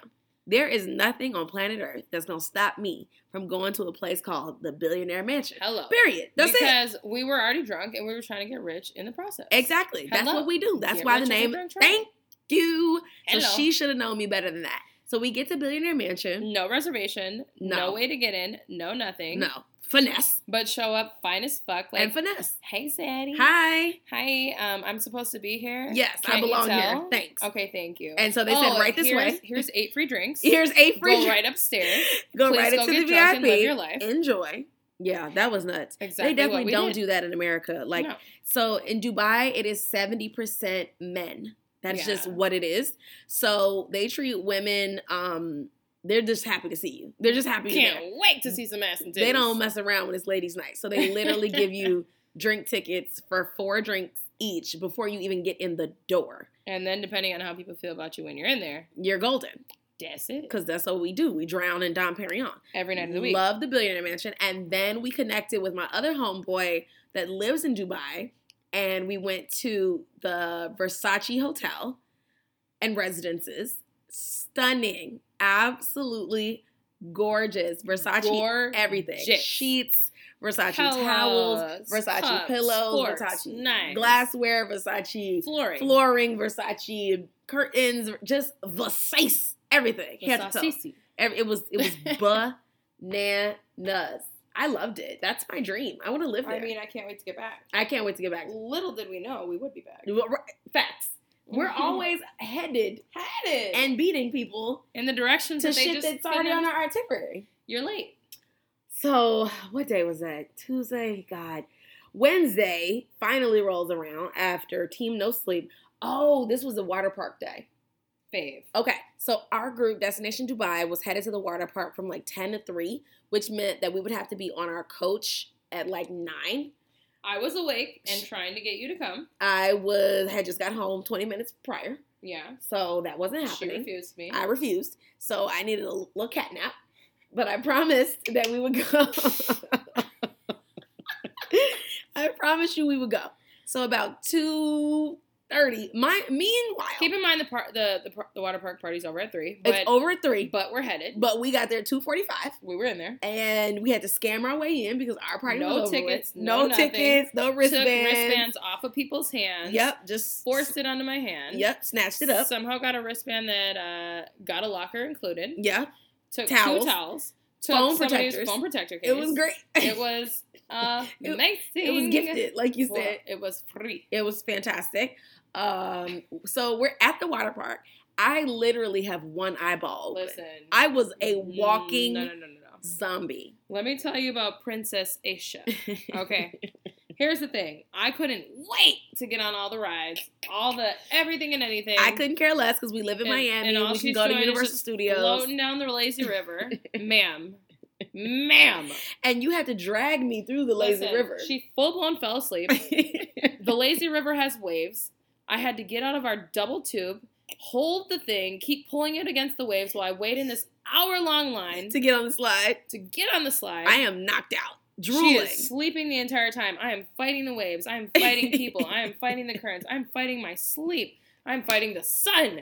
[SPEAKER 1] There is nothing on planet Earth that's gonna stop me from going to a place called the Billionaire Mansion.
[SPEAKER 2] Hello.
[SPEAKER 1] Period. That's it.
[SPEAKER 2] because we were already drunk and we were trying to get rich in the process.
[SPEAKER 1] Exactly. That's
[SPEAKER 2] Hello.
[SPEAKER 1] what we do. That's
[SPEAKER 2] Get
[SPEAKER 1] why
[SPEAKER 2] rich
[SPEAKER 1] the
[SPEAKER 2] as a
[SPEAKER 1] name.
[SPEAKER 2] drunk troll.
[SPEAKER 1] Thank you. So
[SPEAKER 2] Hello.
[SPEAKER 1] she should have known me better than that. So we get to Billionaire Mansion.
[SPEAKER 2] No reservation, no.
[SPEAKER 1] No.
[SPEAKER 2] way to get in, no nothing.
[SPEAKER 1] No finesse
[SPEAKER 2] But show up fine as fuck. Like,
[SPEAKER 1] and finesse.
[SPEAKER 2] hey, Sadie.
[SPEAKER 1] Hi.
[SPEAKER 2] Hi. Um, I'm supposed to be here.
[SPEAKER 1] Yes, I
[SPEAKER 2] Can't you
[SPEAKER 1] belong here.
[SPEAKER 2] tell?
[SPEAKER 1] Thanks.
[SPEAKER 2] Okay, thank you.
[SPEAKER 1] And so they said,
[SPEAKER 2] Oh,
[SPEAKER 1] right this
[SPEAKER 2] here's-
[SPEAKER 1] way.
[SPEAKER 2] Here's eight free drinks.
[SPEAKER 1] Here's a free.
[SPEAKER 2] Go right upstairs.
[SPEAKER 1] go
[SPEAKER 2] Please
[SPEAKER 1] right
[SPEAKER 2] go
[SPEAKER 1] into
[SPEAKER 2] get
[SPEAKER 1] the
[SPEAKER 2] drunk and live
[SPEAKER 1] VIP.
[SPEAKER 2] your life.
[SPEAKER 1] Enjoy. Yeah, that was nuts.
[SPEAKER 2] Exactly.
[SPEAKER 1] they definitely
[SPEAKER 2] what we
[SPEAKER 1] don't
[SPEAKER 2] did.
[SPEAKER 1] do that in America. Like
[SPEAKER 2] No.
[SPEAKER 1] so in Dubai, it is seventy percent men. That's
[SPEAKER 2] Yeah.
[SPEAKER 1] just what it is. So they treat women. um They're just happy to see you. They're just happy. you're
[SPEAKER 2] Can't wait to see some ass and titties.
[SPEAKER 1] there. They don't mess around when it's ladies' night. So they literally give you drink tickets for four drinks each before you even get in the door.
[SPEAKER 2] And then depending on how people feel about you when you're in there,
[SPEAKER 1] You're golden
[SPEAKER 2] that's it.
[SPEAKER 1] because that's what we do. We drown in Dom Perignon.
[SPEAKER 2] Every night of the week.
[SPEAKER 1] Love the Billionaire Mansion. And then we connected with my other homeboy that lives in Dubai. And we went to the Versace Hotel and residences. Stunning. Absolutely gorgeous. Versace
[SPEAKER 2] Gorgeous.
[SPEAKER 1] everything. Sheets, Versace
[SPEAKER 2] Pillows,
[SPEAKER 1] towels, Versace
[SPEAKER 2] cups,
[SPEAKER 1] pillows,
[SPEAKER 2] forks,
[SPEAKER 1] Versace
[SPEAKER 2] knives.
[SPEAKER 1] glassware, Versace
[SPEAKER 2] flooring.
[SPEAKER 1] flooring, Versace curtains, just Versace. Everything. Head to toe.
[SPEAKER 2] Versace.
[SPEAKER 1] Every- It was it was bananas. I loved it. That's my dream. I want to live there.
[SPEAKER 2] I mean, I can't wait to get back.
[SPEAKER 1] I can't wait to get back.
[SPEAKER 2] Little did we know we would be back.
[SPEAKER 1] Facts.
[SPEAKER 2] Mm-hmm.
[SPEAKER 1] We're always headed
[SPEAKER 2] headed
[SPEAKER 1] and beating people
[SPEAKER 2] in the directions
[SPEAKER 1] to
[SPEAKER 2] that they
[SPEAKER 1] shit
[SPEAKER 2] just
[SPEAKER 1] that's already on
[SPEAKER 2] finished.
[SPEAKER 1] our itinerary.
[SPEAKER 2] You're late.
[SPEAKER 1] So what day was that? Tuesday. God, Wednesday finally rolls around after team no sleep. Oh, this was the water park day.
[SPEAKER 2] Fave.
[SPEAKER 1] Okay, so our group, Destination Dubai, was headed to the water park from like 10 to 3, which meant that we would have to be on our coach at like 9.
[SPEAKER 2] I was awake and trying to get you to come.
[SPEAKER 1] I was had just got home 20 minutes prior,
[SPEAKER 2] Yeah.
[SPEAKER 1] so that wasn't
[SPEAKER 2] She
[SPEAKER 1] happening.
[SPEAKER 2] refused me.
[SPEAKER 1] I refused, so I needed a little cat nap, but I promised that we would go. I promised you we would go. So about 2:30, my meanwhile,
[SPEAKER 2] Keep in mind the part the, the par- the water park party's over at three, but
[SPEAKER 1] it's over at 3,
[SPEAKER 2] but we're headed.
[SPEAKER 1] but we got there 2:45.
[SPEAKER 2] we were in there.
[SPEAKER 1] and we had to scam our way in because our party
[SPEAKER 2] No
[SPEAKER 1] was over
[SPEAKER 2] tickets,
[SPEAKER 1] with.
[SPEAKER 2] no
[SPEAKER 1] no,
[SPEAKER 2] nothing.
[SPEAKER 1] tickets, no
[SPEAKER 2] Took
[SPEAKER 1] wristbands.
[SPEAKER 2] wristbands off of people's hands.
[SPEAKER 1] Yep, just
[SPEAKER 2] Forced it onto my hand.
[SPEAKER 1] Yep, snatched it up.
[SPEAKER 2] Somehow got a wristband that uh, got a locker included.
[SPEAKER 1] yeah,
[SPEAKER 2] Took
[SPEAKER 1] Towels.
[SPEAKER 2] two towels. Took
[SPEAKER 1] Phone
[SPEAKER 2] somebody's
[SPEAKER 1] protectors.
[SPEAKER 2] phone protector case.
[SPEAKER 1] it was great.
[SPEAKER 2] It was uh,
[SPEAKER 1] It-
[SPEAKER 2] amazing.
[SPEAKER 1] It was gifted, like you
[SPEAKER 2] Well,
[SPEAKER 1] said.
[SPEAKER 2] it was free.
[SPEAKER 1] It was fantastic. Um, so we're at the water park. I literally have one eyeball. open.
[SPEAKER 2] Listen, Mm,
[SPEAKER 1] I was a walking
[SPEAKER 2] No, no, no, no, no.
[SPEAKER 1] zombie.
[SPEAKER 2] Let me tell you about Princess Aisha. Okay, here's the thing. I couldn't wait to get on all the rides, all the everything and anything.
[SPEAKER 1] I couldn't care less because we live in
[SPEAKER 2] And-
[SPEAKER 1] Miami.
[SPEAKER 2] and all
[SPEAKER 1] we can
[SPEAKER 2] she's
[SPEAKER 1] go to
[SPEAKER 2] doing is
[SPEAKER 1] Universal
[SPEAKER 2] just
[SPEAKER 1] Studios,
[SPEAKER 2] floating down the lazy river, ma'am, ma'am.
[SPEAKER 1] and you had to drag me through the lazy
[SPEAKER 2] Listen,
[SPEAKER 1] river.
[SPEAKER 2] She full blown fell asleep. the lazy river has waves. I had to get out of our double tube, hold the thing, keep pulling it against the waves while I wait in this hour long line
[SPEAKER 1] to get on the slide,
[SPEAKER 2] to get on the slide.
[SPEAKER 1] I am knocked out,
[SPEAKER 2] She
[SPEAKER 1] drooling.
[SPEAKER 2] is sleeping the entire time. I am fighting the waves. I am fighting people. I am fighting the currents. I am fighting my sleep. I am fighting the sun.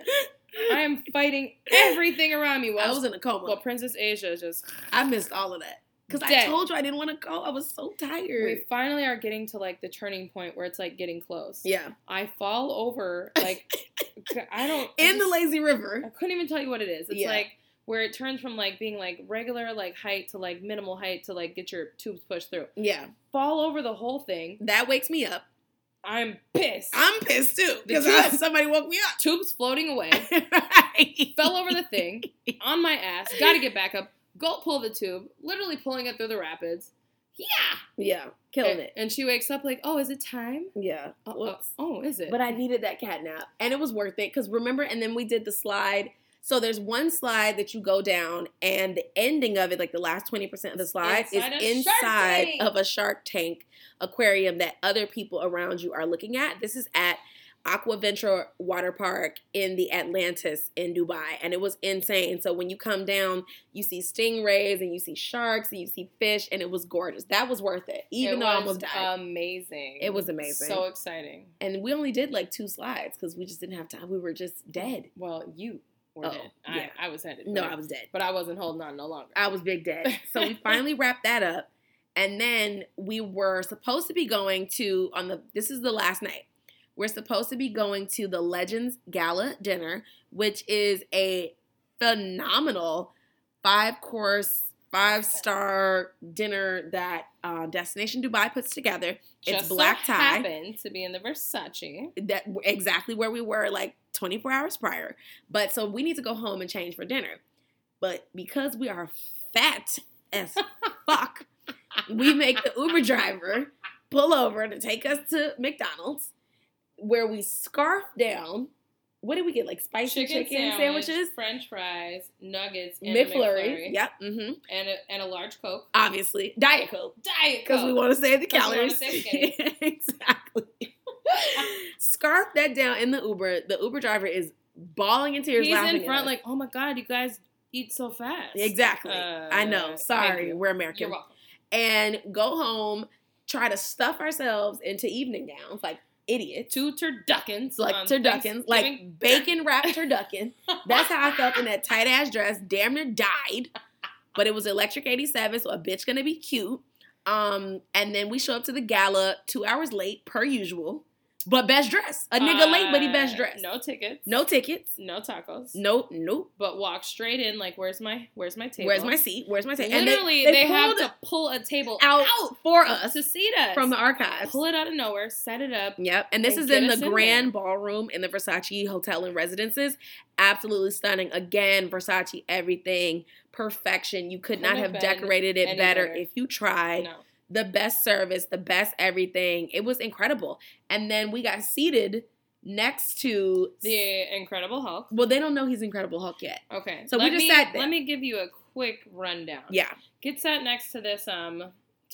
[SPEAKER 2] I am fighting everything around me. While,
[SPEAKER 1] I was in a coma.
[SPEAKER 2] while Princess Asia is just.
[SPEAKER 1] I missed all of that because I
[SPEAKER 2] Dead.
[SPEAKER 1] told you I didn't want to go. I was so tired.
[SPEAKER 2] We finally are getting to like the turning point where it's like getting close.
[SPEAKER 1] yeah,
[SPEAKER 2] I fall over like I don't I
[SPEAKER 1] in the
[SPEAKER 2] just-
[SPEAKER 1] lazy
[SPEAKER 2] I
[SPEAKER 1] river.
[SPEAKER 2] couldn't even tell you what it is. It's
[SPEAKER 1] Yeah.
[SPEAKER 2] like where it turns from like being like regular like height to like minimal height to like get your tubes pushed through.
[SPEAKER 1] Yeah,
[SPEAKER 2] Fall over the whole thing.
[SPEAKER 1] that wakes me up.
[SPEAKER 2] I'm pissed.
[SPEAKER 1] I'm pissed too
[SPEAKER 2] The
[SPEAKER 1] because
[SPEAKER 2] tube.
[SPEAKER 1] somebody woke me
[SPEAKER 2] Tube's floating away.
[SPEAKER 1] up. right.
[SPEAKER 2] fell over the thing on my ass. Got to get back up. Go pull the tube. Literally pulling it through the rapids. Yeah,
[SPEAKER 1] Yeah, killing
[SPEAKER 2] and,
[SPEAKER 1] it.
[SPEAKER 2] And she wakes up like, oh, is it time?
[SPEAKER 1] Yeah.
[SPEAKER 2] Eh. Uh, uh,
[SPEAKER 1] Whoops.
[SPEAKER 2] oh, is it?
[SPEAKER 1] But I needed that cat nap, and it was worth it because remember, and then we did the slide. So there's one slide that you go down, and the ending of it, like the last twenty percent of the slide,
[SPEAKER 2] Inside a
[SPEAKER 1] is
[SPEAKER 2] Shark
[SPEAKER 1] inside
[SPEAKER 2] Tank.
[SPEAKER 1] of a Shark Tank aquarium that other people around you are looking at. This is at Aqua Venture Water Park in the Atlantis in Dubai, and it was insane. So when you come down, you see stingrays and you see sharks and you see fish, and it was gorgeous. That was worth it, even
[SPEAKER 2] It
[SPEAKER 1] though I
[SPEAKER 2] was
[SPEAKER 1] almost died.
[SPEAKER 2] Amazing.
[SPEAKER 1] It was amazing.
[SPEAKER 2] So exciting.
[SPEAKER 1] and we only did like two slides because we just didn't have time. We were just dead.
[SPEAKER 2] Well, you were
[SPEAKER 1] Oh,
[SPEAKER 2] dead.
[SPEAKER 1] yeah.
[SPEAKER 2] I, I was headed.
[SPEAKER 1] No,
[SPEAKER 2] there.
[SPEAKER 1] I was dead.
[SPEAKER 2] But I wasn't holding on no longer.
[SPEAKER 1] I was big dead. So we finally wrapped that up. And then we were supposed to be going to on the this is the last night. We're supposed to be going to the Legends Gala dinner, which is a phenomenal five course, five star dinner that uh, Destination Dubai puts together. it's
[SPEAKER 2] Just so
[SPEAKER 1] black tie.
[SPEAKER 2] Happened to be in the Versace.
[SPEAKER 1] that exactly where we were like 24 hours prior. But so we need to go home and change for dinner. But because we are fat as fuck, we make the Uber driver pull over to take us to McDonald's where we scarf down. What did we get? Like spicy chicken,
[SPEAKER 2] sandwich,
[SPEAKER 1] sandwiches?
[SPEAKER 2] French fries, nuggets, and a
[SPEAKER 1] McFlurry. Yep. hmm
[SPEAKER 2] and a, and a large Coke,
[SPEAKER 1] Obviously. Diet Coke.
[SPEAKER 2] Diet
[SPEAKER 1] Because
[SPEAKER 2] Coke.
[SPEAKER 1] we want to save the
[SPEAKER 2] 'Cause we wanna
[SPEAKER 1] calories.
[SPEAKER 2] save skinny.
[SPEAKER 1] exactly. Scarf that down in the Uber. The Uber driver is bawling in tears.
[SPEAKER 2] He's
[SPEAKER 1] laughing
[SPEAKER 2] in
[SPEAKER 1] at
[SPEAKER 2] front,
[SPEAKER 1] us.
[SPEAKER 2] like, oh my god, you guys eat so fast.
[SPEAKER 1] exactly. I know.
[SPEAKER 2] Uh,
[SPEAKER 1] Sorry,
[SPEAKER 2] thank you.
[SPEAKER 1] we're
[SPEAKER 2] You're
[SPEAKER 1] American.
[SPEAKER 2] welcome.
[SPEAKER 1] And go home, try to stuff ourselves into evening gowns like idiots,
[SPEAKER 2] Two turduckins,
[SPEAKER 1] like
[SPEAKER 2] on
[SPEAKER 1] turduckins, like
[SPEAKER 2] Um, Thanksgiving.
[SPEAKER 1] bacon wrapped turducken. That's how I felt in that tight ass dress. Damn near died. But it was Electric 87, so a bitch gonna be cute. Um, and then we show up to the gala two hours late, per usual. But best dress. A nigga late, but he best
[SPEAKER 2] Uh,
[SPEAKER 1] dressed.
[SPEAKER 2] No tickets.
[SPEAKER 1] No tickets.
[SPEAKER 2] No tacos.
[SPEAKER 1] Nope, nope.
[SPEAKER 2] But walk straight in. Like, where's my where's my table?
[SPEAKER 1] Where's my seat? Where's my seat?
[SPEAKER 2] Literally, they, have to pull a table
[SPEAKER 1] out,
[SPEAKER 2] out,
[SPEAKER 1] for us
[SPEAKER 2] to seat us
[SPEAKER 1] from the archives.
[SPEAKER 2] pull it out of nowhere, set it up.
[SPEAKER 1] Yep, and this
[SPEAKER 2] and
[SPEAKER 1] is
[SPEAKER 2] get
[SPEAKER 1] in
[SPEAKER 2] us
[SPEAKER 1] the
[SPEAKER 2] in
[SPEAKER 1] Grand Ballroom in the Versace Hotel and Residences. Absolutely stunning. Again, Versace everything, perfection. You could not
[SPEAKER 2] Couldn't have
[SPEAKER 1] have
[SPEAKER 2] been
[SPEAKER 1] decorated it
[SPEAKER 2] any
[SPEAKER 1] better,
[SPEAKER 2] better.
[SPEAKER 1] if you tried.
[SPEAKER 2] No.
[SPEAKER 1] The best service, the best everything. It was incredible. And then we got seated next to
[SPEAKER 2] The Incredible Hulk.
[SPEAKER 1] Well, they don't know he's Incredible Hulk yet.
[SPEAKER 2] Okay.
[SPEAKER 1] So we
[SPEAKER 2] let
[SPEAKER 1] just
[SPEAKER 2] me,
[SPEAKER 1] sat there.
[SPEAKER 2] Let me give you a quick rundown.
[SPEAKER 1] Yeah,
[SPEAKER 2] Get sat next to this um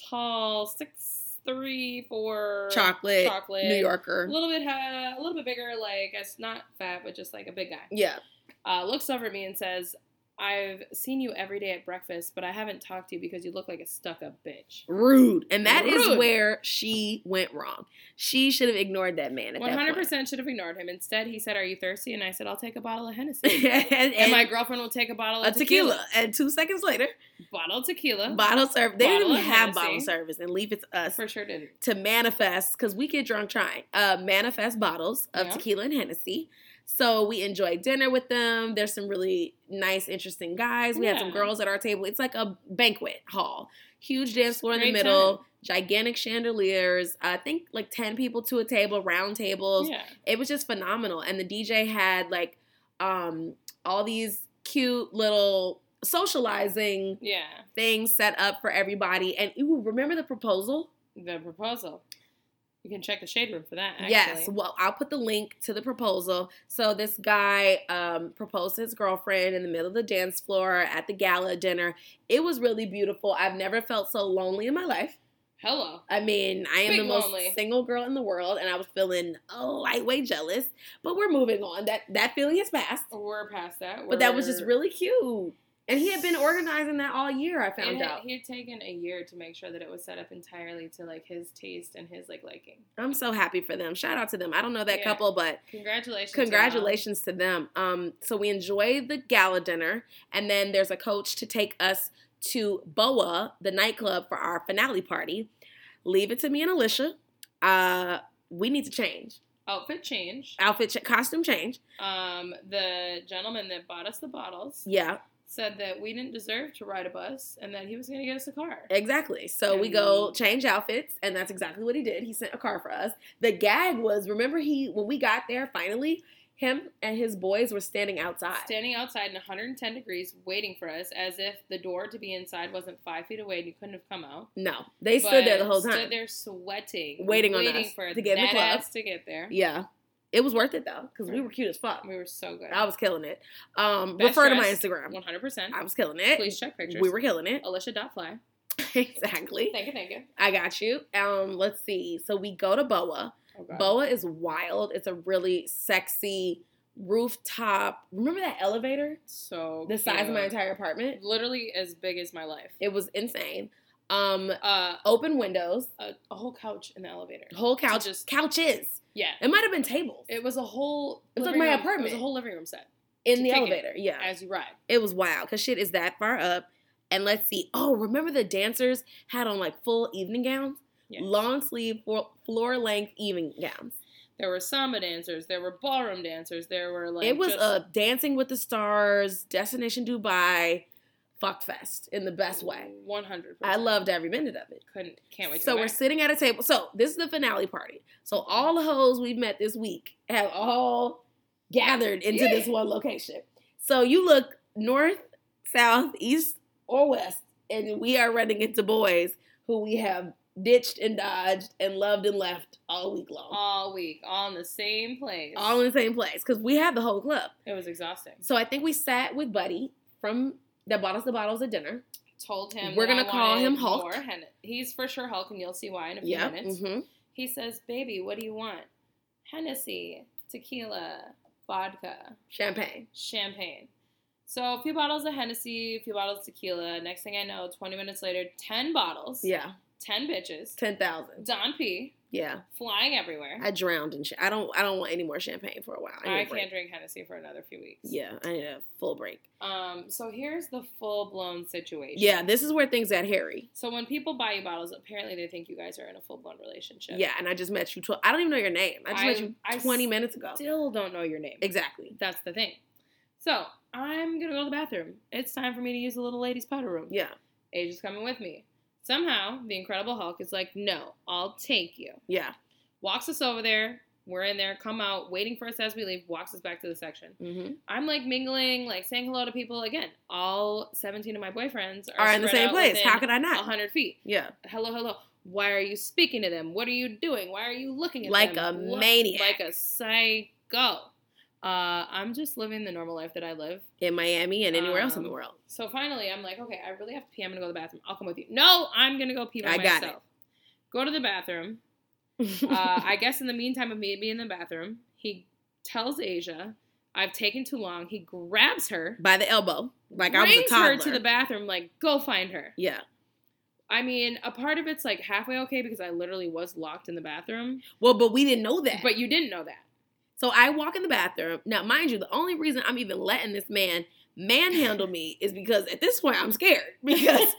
[SPEAKER 2] tall six three four
[SPEAKER 1] chocolate,
[SPEAKER 2] chocolate
[SPEAKER 1] New
[SPEAKER 2] A
[SPEAKER 1] Yorker.
[SPEAKER 2] little bit ha- a little bit bigger, like it's not fat, but just like a big guy.
[SPEAKER 1] yeah,
[SPEAKER 2] Uh, looks over at me and says, "I've seen you every day at breakfast, but I haven't talked to you because you look like a stuck up bitch."
[SPEAKER 1] rude, and that is
[SPEAKER 2] Rude.
[SPEAKER 1] where she went wrong. She should have ignored that man. At
[SPEAKER 2] One hundred
[SPEAKER 1] 100%.
[SPEAKER 2] percent should have ignored him. Instead, he said, "Are you thirsty?" And I said, "I'll take a bottle of Hennessy."
[SPEAKER 1] and,
[SPEAKER 2] and my girlfriend will take a bottle
[SPEAKER 1] a
[SPEAKER 2] of
[SPEAKER 1] tequila. And two seconds later,
[SPEAKER 2] Bottle of tequila.
[SPEAKER 1] bottle service. They didn't
[SPEAKER 2] Oh, Bottle
[SPEAKER 1] even
[SPEAKER 2] of
[SPEAKER 1] have
[SPEAKER 2] Hennessy.
[SPEAKER 1] bottle service and leave it to us
[SPEAKER 2] For sure didn't.
[SPEAKER 1] to manifest because we get drunk trying. Uh, manifest bottles of
[SPEAKER 2] Yeah.
[SPEAKER 1] tequila and Hennessy. So we enjoyed dinner with them. There's some really nice, interesting guys. We had some
[SPEAKER 2] Yeah.
[SPEAKER 1] girls at our table. It's like a banquet hall. Huge dance floor in the
[SPEAKER 2] Great
[SPEAKER 1] middle, gigantic chandeliers. I think like 10 people to a table, round tables.
[SPEAKER 2] Yeah.
[SPEAKER 1] it was just phenomenal and the dj had like um all these cute little socializing
[SPEAKER 2] Yeah.
[SPEAKER 1] things set up for everybody and you remember the proposal
[SPEAKER 2] The proposal. You can check the shade room for that. Actually.
[SPEAKER 1] yes well i'll put the link to the proposal so this guy um proposed to his girlfriend in the middle of the dance floor at the gala dinner it was really beautiful i've never felt so lonely in my life
[SPEAKER 2] Hello.
[SPEAKER 1] I mean, I am
[SPEAKER 2] Big
[SPEAKER 1] the most
[SPEAKER 2] lonely.
[SPEAKER 1] single girl in the world, and I was feeling oh lightweight jealous. But we're moving on. That that feeling is past.
[SPEAKER 2] We're past that.
[SPEAKER 1] But that was just
[SPEAKER 2] We're-
[SPEAKER 1] really cute. And he had been organizing that all year, I
[SPEAKER 2] It
[SPEAKER 1] found
[SPEAKER 2] had-
[SPEAKER 1] out.
[SPEAKER 2] He had taken a year to make sure that it was set up entirely to like his taste and his like liking.
[SPEAKER 1] I'm so happy for them. Shout out to them. I don't know that
[SPEAKER 2] Yeah.
[SPEAKER 1] couple, but
[SPEAKER 2] Congratulations. y'all.
[SPEAKER 1] congratulations to them. Um, so we enjoy the gala dinner, and then there's a coach to take us to Boa, the nightclub, for our finale party. Leave it to me and Alicia. Uh, we need to change
[SPEAKER 2] Outfit change.
[SPEAKER 1] outfit, ch- costume change.
[SPEAKER 2] Um, the gentleman that bought us the bottles
[SPEAKER 1] Yeah,
[SPEAKER 2] said that we didn't deserve to ride a bus and that he was going to get us a car.
[SPEAKER 1] Exactly. So we
[SPEAKER 2] And-
[SPEAKER 1] go change outfits, and that's exactly what he did. He sent a car for us. The gag was remember he when we got there finally, him and his boys were standing outside.
[SPEAKER 2] Standing outside in 110 degrees, waiting for us, as if the door to be inside wasn't five feet away and you couldn't have come out.
[SPEAKER 1] no, they stood there the
[SPEAKER 2] But
[SPEAKER 1] whole time.
[SPEAKER 2] Stood there sweating,
[SPEAKER 1] Waiting on us
[SPEAKER 2] for
[SPEAKER 1] to get in the
[SPEAKER 2] that
[SPEAKER 1] club.
[SPEAKER 2] ass to get there.
[SPEAKER 1] Yeah, it was worth it though because we were cute as fuck.
[SPEAKER 2] We were so good.
[SPEAKER 1] I was killing it. Um,
[SPEAKER 2] Best
[SPEAKER 1] refer
[SPEAKER 2] dressed.
[SPEAKER 1] to my Instagram.
[SPEAKER 2] 100. percent
[SPEAKER 1] I was killing it.
[SPEAKER 2] Please check pictures.
[SPEAKER 1] we were killing it.
[SPEAKER 2] Alicia dot fly.
[SPEAKER 1] exactly.
[SPEAKER 2] Oh. Thank you, thank you.
[SPEAKER 1] I got you. Um, let's see. So we go to Boa.
[SPEAKER 2] Oh, God.
[SPEAKER 1] Boa is wild. It's a really sexy rooftop. Remember that elevator?
[SPEAKER 2] so
[SPEAKER 1] the size of my
[SPEAKER 2] cute.
[SPEAKER 1] entire apartment.
[SPEAKER 2] literally as big as my life.
[SPEAKER 1] It was insane. Um,
[SPEAKER 2] uh,
[SPEAKER 1] open windows,
[SPEAKER 2] a, a whole couch in the elevator.
[SPEAKER 1] whole couch,
[SPEAKER 2] just-
[SPEAKER 1] couches.
[SPEAKER 2] Yeah,
[SPEAKER 1] It might have been tables
[SPEAKER 2] it was a whole.
[SPEAKER 1] It was like
[SPEAKER 2] living
[SPEAKER 1] my
[SPEAKER 2] room- It was
[SPEAKER 1] apartment.
[SPEAKER 2] a whole living room set
[SPEAKER 1] in the
[SPEAKER 2] kick it.
[SPEAKER 1] elevator. Yeah,
[SPEAKER 2] as you ride.
[SPEAKER 1] it was wild because shit is that far up. And let's see. Oh, remember the dancers had on like full evening gowns,
[SPEAKER 2] Yes.
[SPEAKER 1] long sleeve, floor length evening gowns.
[SPEAKER 2] There were samba dancers. There were ballroom dancers. There were like
[SPEAKER 1] it was
[SPEAKER 2] just-
[SPEAKER 1] a Dancing with the Stars, Destination Dubai, fuck fest in the best way.
[SPEAKER 2] 100.
[SPEAKER 1] I loved every minute of it.
[SPEAKER 2] Couldn't. Can't wait. To
[SPEAKER 1] So
[SPEAKER 2] go
[SPEAKER 1] we're
[SPEAKER 2] back.
[SPEAKER 1] sitting at a table. So this is the finale party. So all the hoes we've met this week have all gathered into this one location. So you look north, south, east, or west, and we are running into boys who we have ditched and dodged and loved and left all week long.
[SPEAKER 2] all week, all in the same place.
[SPEAKER 1] All in the same place. Because we had the whole club.
[SPEAKER 2] it was exhausting.
[SPEAKER 1] So I think we sat with Buddy from that bought us the bottles at dinner.
[SPEAKER 2] told him
[SPEAKER 1] We're
[SPEAKER 2] that
[SPEAKER 1] gonna
[SPEAKER 2] I
[SPEAKER 1] call
[SPEAKER 2] wanted
[SPEAKER 1] him Hulk.
[SPEAKER 2] more hen- He's for sure Hulk, and you'll see why in a few
[SPEAKER 1] Yeah.
[SPEAKER 2] minutes.
[SPEAKER 1] hmm
[SPEAKER 2] He says, "Baby, what do you want? Hennessy, tequila, vodka,
[SPEAKER 1] Champagne.
[SPEAKER 2] champagne." So a few bottles of Hennessy, a few bottles of tequila. Next thing I know, 20 minutes later, 10 bottles,
[SPEAKER 1] Yeah.
[SPEAKER 2] 10 bitches,
[SPEAKER 1] Ten thousand.
[SPEAKER 2] Don P
[SPEAKER 1] Yeah.
[SPEAKER 2] flying everywhere.
[SPEAKER 1] I drowned in. Sh- I don't. I don't want any more champagne for a while.
[SPEAKER 2] I,
[SPEAKER 1] need a break.
[SPEAKER 2] can't drink Hennessy for another few weeks.
[SPEAKER 1] Yeah, I need a full break.
[SPEAKER 2] Um. So here's the full blown situation.
[SPEAKER 1] Yeah, this is where things got hairy.
[SPEAKER 2] So when people buy you bottles, apparently they think you guys are in a full blown relationship.
[SPEAKER 1] Yeah, and I just met you. Tw- I don't even know your name. I just met
[SPEAKER 2] I-
[SPEAKER 1] you
[SPEAKER 2] I
[SPEAKER 1] twenty minutes ago.
[SPEAKER 2] Still don't know your name.
[SPEAKER 1] Exactly.
[SPEAKER 2] That's the thing. So I'm gonna go to the bathroom. It's time for me to use the little lady's powder room.
[SPEAKER 1] Yeah,
[SPEAKER 2] Asia's coming with me. Somehow the Incredible Hulk is like, no, I'll take you.
[SPEAKER 1] yeah.
[SPEAKER 2] Walks us over there. We're in there. Come out, waiting for us as we leave. Walks us back to the section.
[SPEAKER 1] Mm-hmm.
[SPEAKER 2] I'm like mingling, like saying hello to people again. All 17 of my boyfriends are,
[SPEAKER 1] Are in the
[SPEAKER 2] spread
[SPEAKER 1] same
[SPEAKER 2] out
[SPEAKER 1] place.
[SPEAKER 2] within
[SPEAKER 1] How could I not?
[SPEAKER 2] 100 feet.
[SPEAKER 1] Yeah,
[SPEAKER 2] hello, hello. Why are you speaking to them? What are you doing? Why are you looking at
[SPEAKER 1] Like
[SPEAKER 2] them?
[SPEAKER 1] a
[SPEAKER 2] Look
[SPEAKER 1] maniac.
[SPEAKER 2] like a psycho. Uh, I'm just living the normal life that I live.
[SPEAKER 1] in Miami and anywhere else in the
[SPEAKER 2] Um,
[SPEAKER 1] world.
[SPEAKER 2] So finally, I'm like, okay, I really have to pee. I'm gonna go to the bathroom. I'll come with you. No, I'm gonna go pee by
[SPEAKER 1] I got
[SPEAKER 2] myself.
[SPEAKER 1] it.
[SPEAKER 2] Go to the bathroom. Uh, I guess in the meantime of me being in the bathroom, he tells Asia, "I've taken too long." He grabs her,
[SPEAKER 1] By the elbow, like I was a
[SPEAKER 2] brings
[SPEAKER 1] toddler.
[SPEAKER 2] her to the bathroom, like, "Go find her."
[SPEAKER 1] yeah.
[SPEAKER 2] I mean, a part of it's like halfway okay because I literally was locked in the bathroom,
[SPEAKER 1] Well, but we didn't know that.
[SPEAKER 2] but you didn't know that.
[SPEAKER 1] so I walk in the bathroom. Now, mind you, the only reason I'm even letting this man manhandle me is because at this point I'm scared because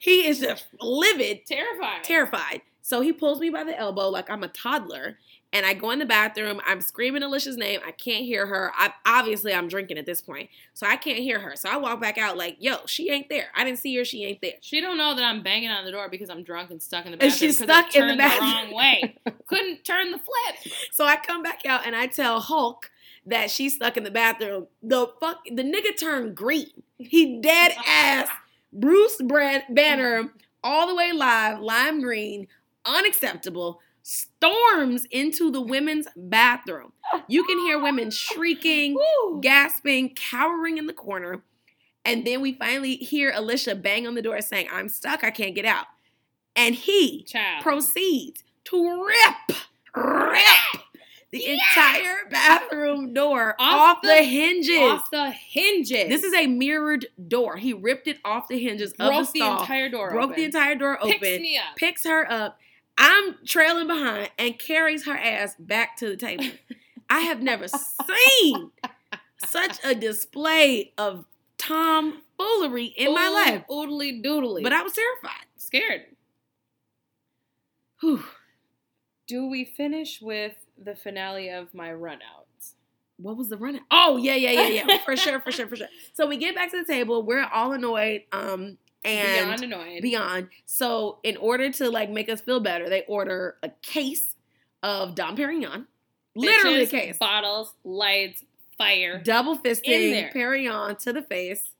[SPEAKER 1] he is just livid
[SPEAKER 2] terrified.
[SPEAKER 1] terrified. So he pulls me by the elbow like I'm a toddler, and I go in the bathroom. I'm screaming Alicia's name. I can't hear her. I obviously I'm drinking at this point, so I can't hear her. So I walk back out like, "Yo, she ain't there. I didn't see her. She ain't there."
[SPEAKER 2] she don't know that I'm banging on the door because I'm drunk and stuck in the bathroom.
[SPEAKER 1] And she's
[SPEAKER 2] 'cause I
[SPEAKER 1] stuck in the
[SPEAKER 2] turned
[SPEAKER 1] bathroom.
[SPEAKER 2] wrong way. Couldn't turn the flip.
[SPEAKER 1] So I come back out and I tell Hulk that she's stuck in the bathroom. The fuck, the nigga turned green. He dead ass Bruce Brand Banner all the way live, lime green, unacceptable. Storms into the women's bathroom. You can hear women shrieking,
[SPEAKER 2] Woo.
[SPEAKER 1] gasping, cowering in the corner. And then we finally hear Alicia bang on the door saying, I'm stuck, I can't get out. And he
[SPEAKER 2] Child.
[SPEAKER 1] proceeds to rip, rip the entire bathroom door off,
[SPEAKER 2] Off
[SPEAKER 1] the,
[SPEAKER 2] the-
[SPEAKER 1] hinges.
[SPEAKER 2] off the hinges.
[SPEAKER 1] This is a mirrored door. He ripped it off the hinges
[SPEAKER 2] broke
[SPEAKER 1] of the
[SPEAKER 2] the,
[SPEAKER 1] stall,
[SPEAKER 2] entire door.
[SPEAKER 1] broke
[SPEAKER 2] open.
[SPEAKER 1] the entire door open,
[SPEAKER 2] Picks me up.
[SPEAKER 1] picks her up. I'm trailing behind and carries her ass back to the table. I have never seen such a display of tomfoolery in my
[SPEAKER 2] Oodle-
[SPEAKER 1] life.
[SPEAKER 2] Oodly doodly.
[SPEAKER 1] But I was terrified.
[SPEAKER 2] scared.
[SPEAKER 1] Whew.
[SPEAKER 2] Do we finish with the finale of my run out?
[SPEAKER 1] what was the running? Oh yeah, yeah, yeah, yeah, for sure, for sure, for sure. So we get back to the table. We're all annoyed. Um, and
[SPEAKER 2] Beyond annoyed.
[SPEAKER 1] beyond. So in order to like make us feel better, they order a case of Dom Perignon, literally a
[SPEAKER 2] Bitches,
[SPEAKER 1] case,
[SPEAKER 2] Bottles, lights, fire.
[SPEAKER 1] double
[SPEAKER 2] In there.
[SPEAKER 1] fisting Perignon to the face,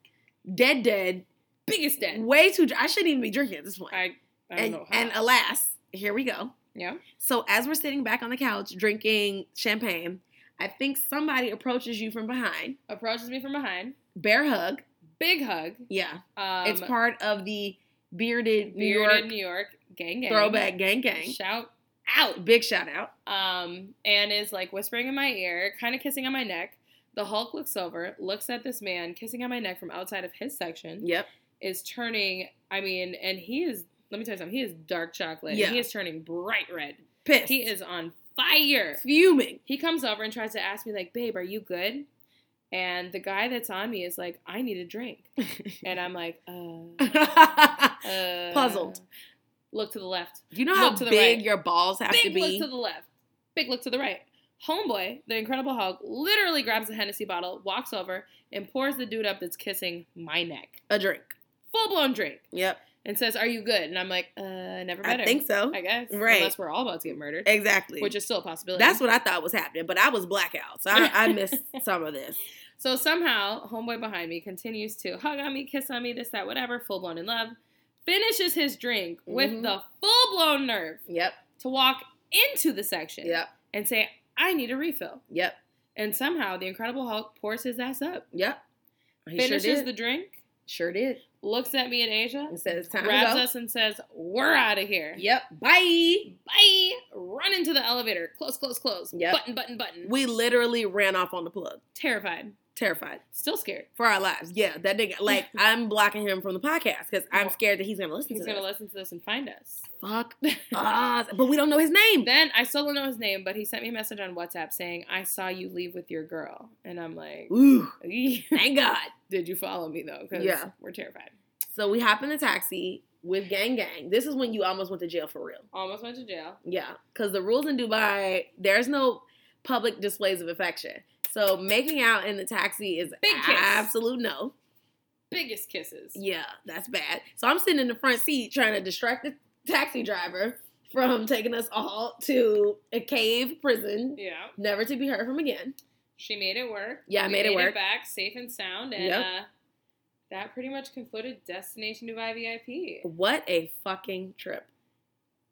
[SPEAKER 1] dead, dead,
[SPEAKER 2] Biggest den.
[SPEAKER 1] way too. dr- I shouldn't even be drinking at this point.
[SPEAKER 2] I, I don't
[SPEAKER 1] and,
[SPEAKER 2] know how.
[SPEAKER 1] and alas, here we go.
[SPEAKER 2] yeah.
[SPEAKER 1] So as we're sitting back on the couch drinking champagne, I think somebody approaches you from behind,
[SPEAKER 2] Approaches me from behind.
[SPEAKER 1] bear hug.
[SPEAKER 2] Big hug.
[SPEAKER 1] Yeah,
[SPEAKER 2] Um,
[SPEAKER 1] it's part of the bearded, New
[SPEAKER 2] bearded
[SPEAKER 1] York
[SPEAKER 2] New York gang gang.
[SPEAKER 1] throwback gang gang.
[SPEAKER 2] Shout out.
[SPEAKER 1] Big shout out.
[SPEAKER 2] um, and is like whispering in my ear, kind of kissing on my neck. The Hulk looks over, looks at this man kissing on my neck from outside of his section,
[SPEAKER 1] Yep.
[SPEAKER 2] is turning. I mean, and he is. Let me tell you something. He is dark chocolate.
[SPEAKER 1] Yeah.
[SPEAKER 2] He is turning bright red.
[SPEAKER 1] Pissed.
[SPEAKER 2] He is on fire.
[SPEAKER 1] fuming.
[SPEAKER 2] He comes over and tries to ask me like, "Babe, are you good?" And the guy that's on me is like, "I need a drink," and I'm like, uh, uh,
[SPEAKER 1] Puzzled.
[SPEAKER 2] Look to the left.
[SPEAKER 1] you know how
[SPEAKER 2] Look to the
[SPEAKER 1] big
[SPEAKER 2] right.
[SPEAKER 1] your balls have to
[SPEAKER 2] Big look
[SPEAKER 1] be?
[SPEAKER 2] to the left. Big look to the right. Homeboy, the Incredible Hulk, literally grabs a Hennessy bottle, walks over, and pours the dude up that's kissing my neck.
[SPEAKER 1] a drink.
[SPEAKER 2] Full blown drink.
[SPEAKER 1] Yep.
[SPEAKER 2] And says, Are you good? And I'm like, Uh, never better.
[SPEAKER 1] I think so.
[SPEAKER 2] I guess.
[SPEAKER 1] Right.
[SPEAKER 2] Unless we're all about to get murdered,
[SPEAKER 1] exactly.
[SPEAKER 2] which is still a possibility.
[SPEAKER 1] That's what I thought was happening, but I was blackout, so I, I missed some of this.
[SPEAKER 2] So somehow, Homeboy behind me continues to hug on me, kiss on me, this, that, whatever, full blown in love. Finishes his drink
[SPEAKER 1] Mhm.
[SPEAKER 2] with the full blown nerve
[SPEAKER 1] Yep.
[SPEAKER 2] to walk into the section
[SPEAKER 1] Yep.
[SPEAKER 2] and say, I need a refill.
[SPEAKER 1] Yep.
[SPEAKER 2] And somehow the Incredible Hulk pours his ass up,
[SPEAKER 1] Yep. He
[SPEAKER 2] finishes
[SPEAKER 1] sure did.
[SPEAKER 2] the drink,
[SPEAKER 1] sure did.
[SPEAKER 2] looks at me and Asia,
[SPEAKER 1] And says time
[SPEAKER 2] grabs
[SPEAKER 1] to go.
[SPEAKER 2] us and says, We're out of here.
[SPEAKER 1] Yep. Bye.
[SPEAKER 2] Bye. Run into the elevator. Close, close, close.
[SPEAKER 1] Yep.
[SPEAKER 2] Button, button, button.
[SPEAKER 1] We literally ran off on the plug,
[SPEAKER 2] Terrified.
[SPEAKER 1] terrified
[SPEAKER 2] Still scared.
[SPEAKER 1] for our lives. Yeah, that nigga. Like I'm blocking him from the podcast because I'm
[SPEAKER 2] Well,
[SPEAKER 1] scared that he's gonna listen
[SPEAKER 2] He's Um,
[SPEAKER 1] to
[SPEAKER 2] going to
[SPEAKER 1] this.
[SPEAKER 2] listen to this and find us.
[SPEAKER 1] Fuck us. But we don't know his name.
[SPEAKER 2] Then I still don't know his name, but he sent me a message on WhatsApp saying, I saw you leave with your girl. And I'm like,
[SPEAKER 1] Ooh.
[SPEAKER 2] Did
[SPEAKER 1] Thank God.
[SPEAKER 2] you follow me though? Because
[SPEAKER 1] Yeah.
[SPEAKER 2] we're terrified.
[SPEAKER 1] So we hop in the taxi with gang gang. This is when you almost went to jail for real.
[SPEAKER 2] Almost went to jail.
[SPEAKER 1] Yeah, because the rules in Dubai, there's no public displays of affection. So making out in the taxi is
[SPEAKER 2] Big kiss.
[SPEAKER 1] absolute no.
[SPEAKER 2] Biggest kisses.
[SPEAKER 1] Yeah, that's bad. So I'm sitting in the front seat trying to distract the taxi driver from taking us all to a cave prison,
[SPEAKER 2] yeah.
[SPEAKER 1] never to be heard from again.
[SPEAKER 2] She made it work.
[SPEAKER 1] Yeah, I
[SPEAKER 2] We
[SPEAKER 1] made it work.
[SPEAKER 2] back safe and sound, and
[SPEAKER 1] Yep.
[SPEAKER 2] uh, that pretty much concluded Destination Dubai VIP.
[SPEAKER 1] What a fucking trip.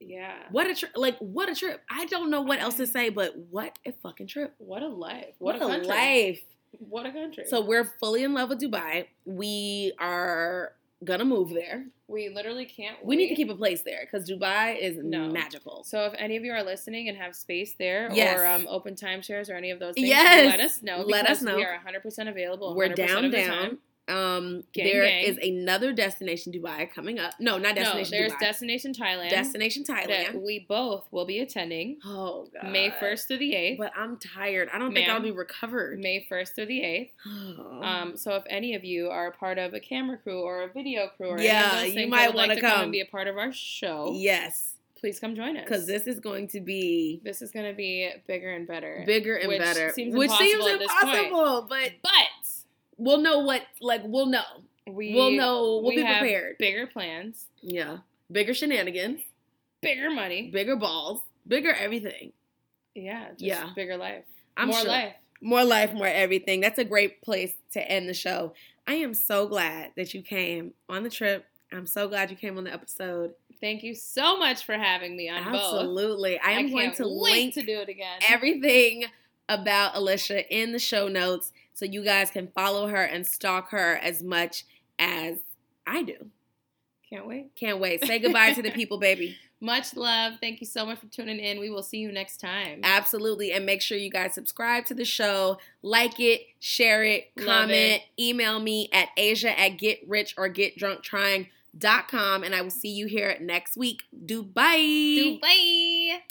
[SPEAKER 2] Yeah,
[SPEAKER 1] What a trip. Like, what a trip. I don't know what else to say, but what a fucking trip.
[SPEAKER 2] what a life!
[SPEAKER 1] What, a,
[SPEAKER 2] country.
[SPEAKER 1] life.
[SPEAKER 2] What a country!
[SPEAKER 1] So we're fully in love with Dubai. We are gonna move there.
[SPEAKER 2] we literally can't.
[SPEAKER 1] We need to
[SPEAKER 2] wait.
[SPEAKER 1] keep a place there because Dubai is
[SPEAKER 2] No.
[SPEAKER 1] magical.
[SPEAKER 2] So if any of you are listening and have space there,
[SPEAKER 1] Yes.
[SPEAKER 2] or um, open timeshares or any of those things,
[SPEAKER 1] Yes.
[SPEAKER 2] let us know.
[SPEAKER 1] Let
[SPEAKER 2] because
[SPEAKER 1] us know.
[SPEAKER 2] We are 100 percent available.
[SPEAKER 1] We're
[SPEAKER 2] 100%
[SPEAKER 1] down
[SPEAKER 2] of the
[SPEAKER 1] down.
[SPEAKER 2] time.
[SPEAKER 1] Um,
[SPEAKER 2] Gang,
[SPEAKER 1] there
[SPEAKER 2] gang.
[SPEAKER 1] is another destination Dubai coming up. No, not
[SPEAKER 2] No,
[SPEAKER 1] destination.
[SPEAKER 2] there's
[SPEAKER 1] Dubai.
[SPEAKER 2] Destination Thailand.
[SPEAKER 1] destination
[SPEAKER 2] That
[SPEAKER 1] Thailand.
[SPEAKER 2] we both will be attending
[SPEAKER 1] Oh god,
[SPEAKER 2] May 1st through the 8th.
[SPEAKER 1] But I'm tired. I don't think
[SPEAKER 2] Ma'am.
[SPEAKER 1] I'll be recovered.
[SPEAKER 2] May 1st through the 8th.
[SPEAKER 1] Oh.
[SPEAKER 2] Um, so if any of you are a part of a camera crew or a video crew, or
[SPEAKER 1] Yeah,
[SPEAKER 2] any of those
[SPEAKER 1] you
[SPEAKER 2] things
[SPEAKER 1] might
[SPEAKER 2] that would like
[SPEAKER 1] wanna
[SPEAKER 2] to come.
[SPEAKER 1] come.
[SPEAKER 2] and be a part of our show,
[SPEAKER 1] yes,
[SPEAKER 2] please come join us.
[SPEAKER 1] because this is going to be
[SPEAKER 2] this is going to be bigger and better.
[SPEAKER 1] bigger and
[SPEAKER 2] Which
[SPEAKER 1] better,
[SPEAKER 2] seems
[SPEAKER 1] which seems
[SPEAKER 2] impossible at this point.
[SPEAKER 1] impossible. But
[SPEAKER 2] But
[SPEAKER 1] we'll know what. Like we'll know.
[SPEAKER 2] we
[SPEAKER 1] we'll know. We'll
[SPEAKER 2] we
[SPEAKER 1] be
[SPEAKER 2] have
[SPEAKER 1] prepared.
[SPEAKER 2] Bigger plans,
[SPEAKER 1] Yeah. Bigger shenanigans,
[SPEAKER 2] bigger money.
[SPEAKER 1] bigger balls, bigger everything.
[SPEAKER 2] yeah, just
[SPEAKER 1] Yeah.
[SPEAKER 2] bigger life.
[SPEAKER 1] I'm
[SPEAKER 2] More
[SPEAKER 1] sure.
[SPEAKER 2] life.
[SPEAKER 1] More life, more everything. That's a great place to end the show. I am so glad that you came on the trip. I'm so glad you came on the episode.
[SPEAKER 2] Thank you so much for having me on both.
[SPEAKER 1] Absolutely. I am
[SPEAKER 2] can't
[SPEAKER 1] going to
[SPEAKER 2] wait
[SPEAKER 1] link
[SPEAKER 2] to do it again.
[SPEAKER 1] everything about Alicia in the show notes so you guys can follow her and stalk her as much as I do.
[SPEAKER 2] can't wait.
[SPEAKER 1] Can't wait. Say goodbye to the people, baby.
[SPEAKER 2] Much love. Thank you so much for tuning in. We will see you next time.
[SPEAKER 1] Absolutely. And make sure you guys subscribe to the show, like it, share it,
[SPEAKER 2] Love
[SPEAKER 1] comment, email me at Asia at get rich or get drunk trying.com. And I will see you here next week. Do bye.
[SPEAKER 2] Bye.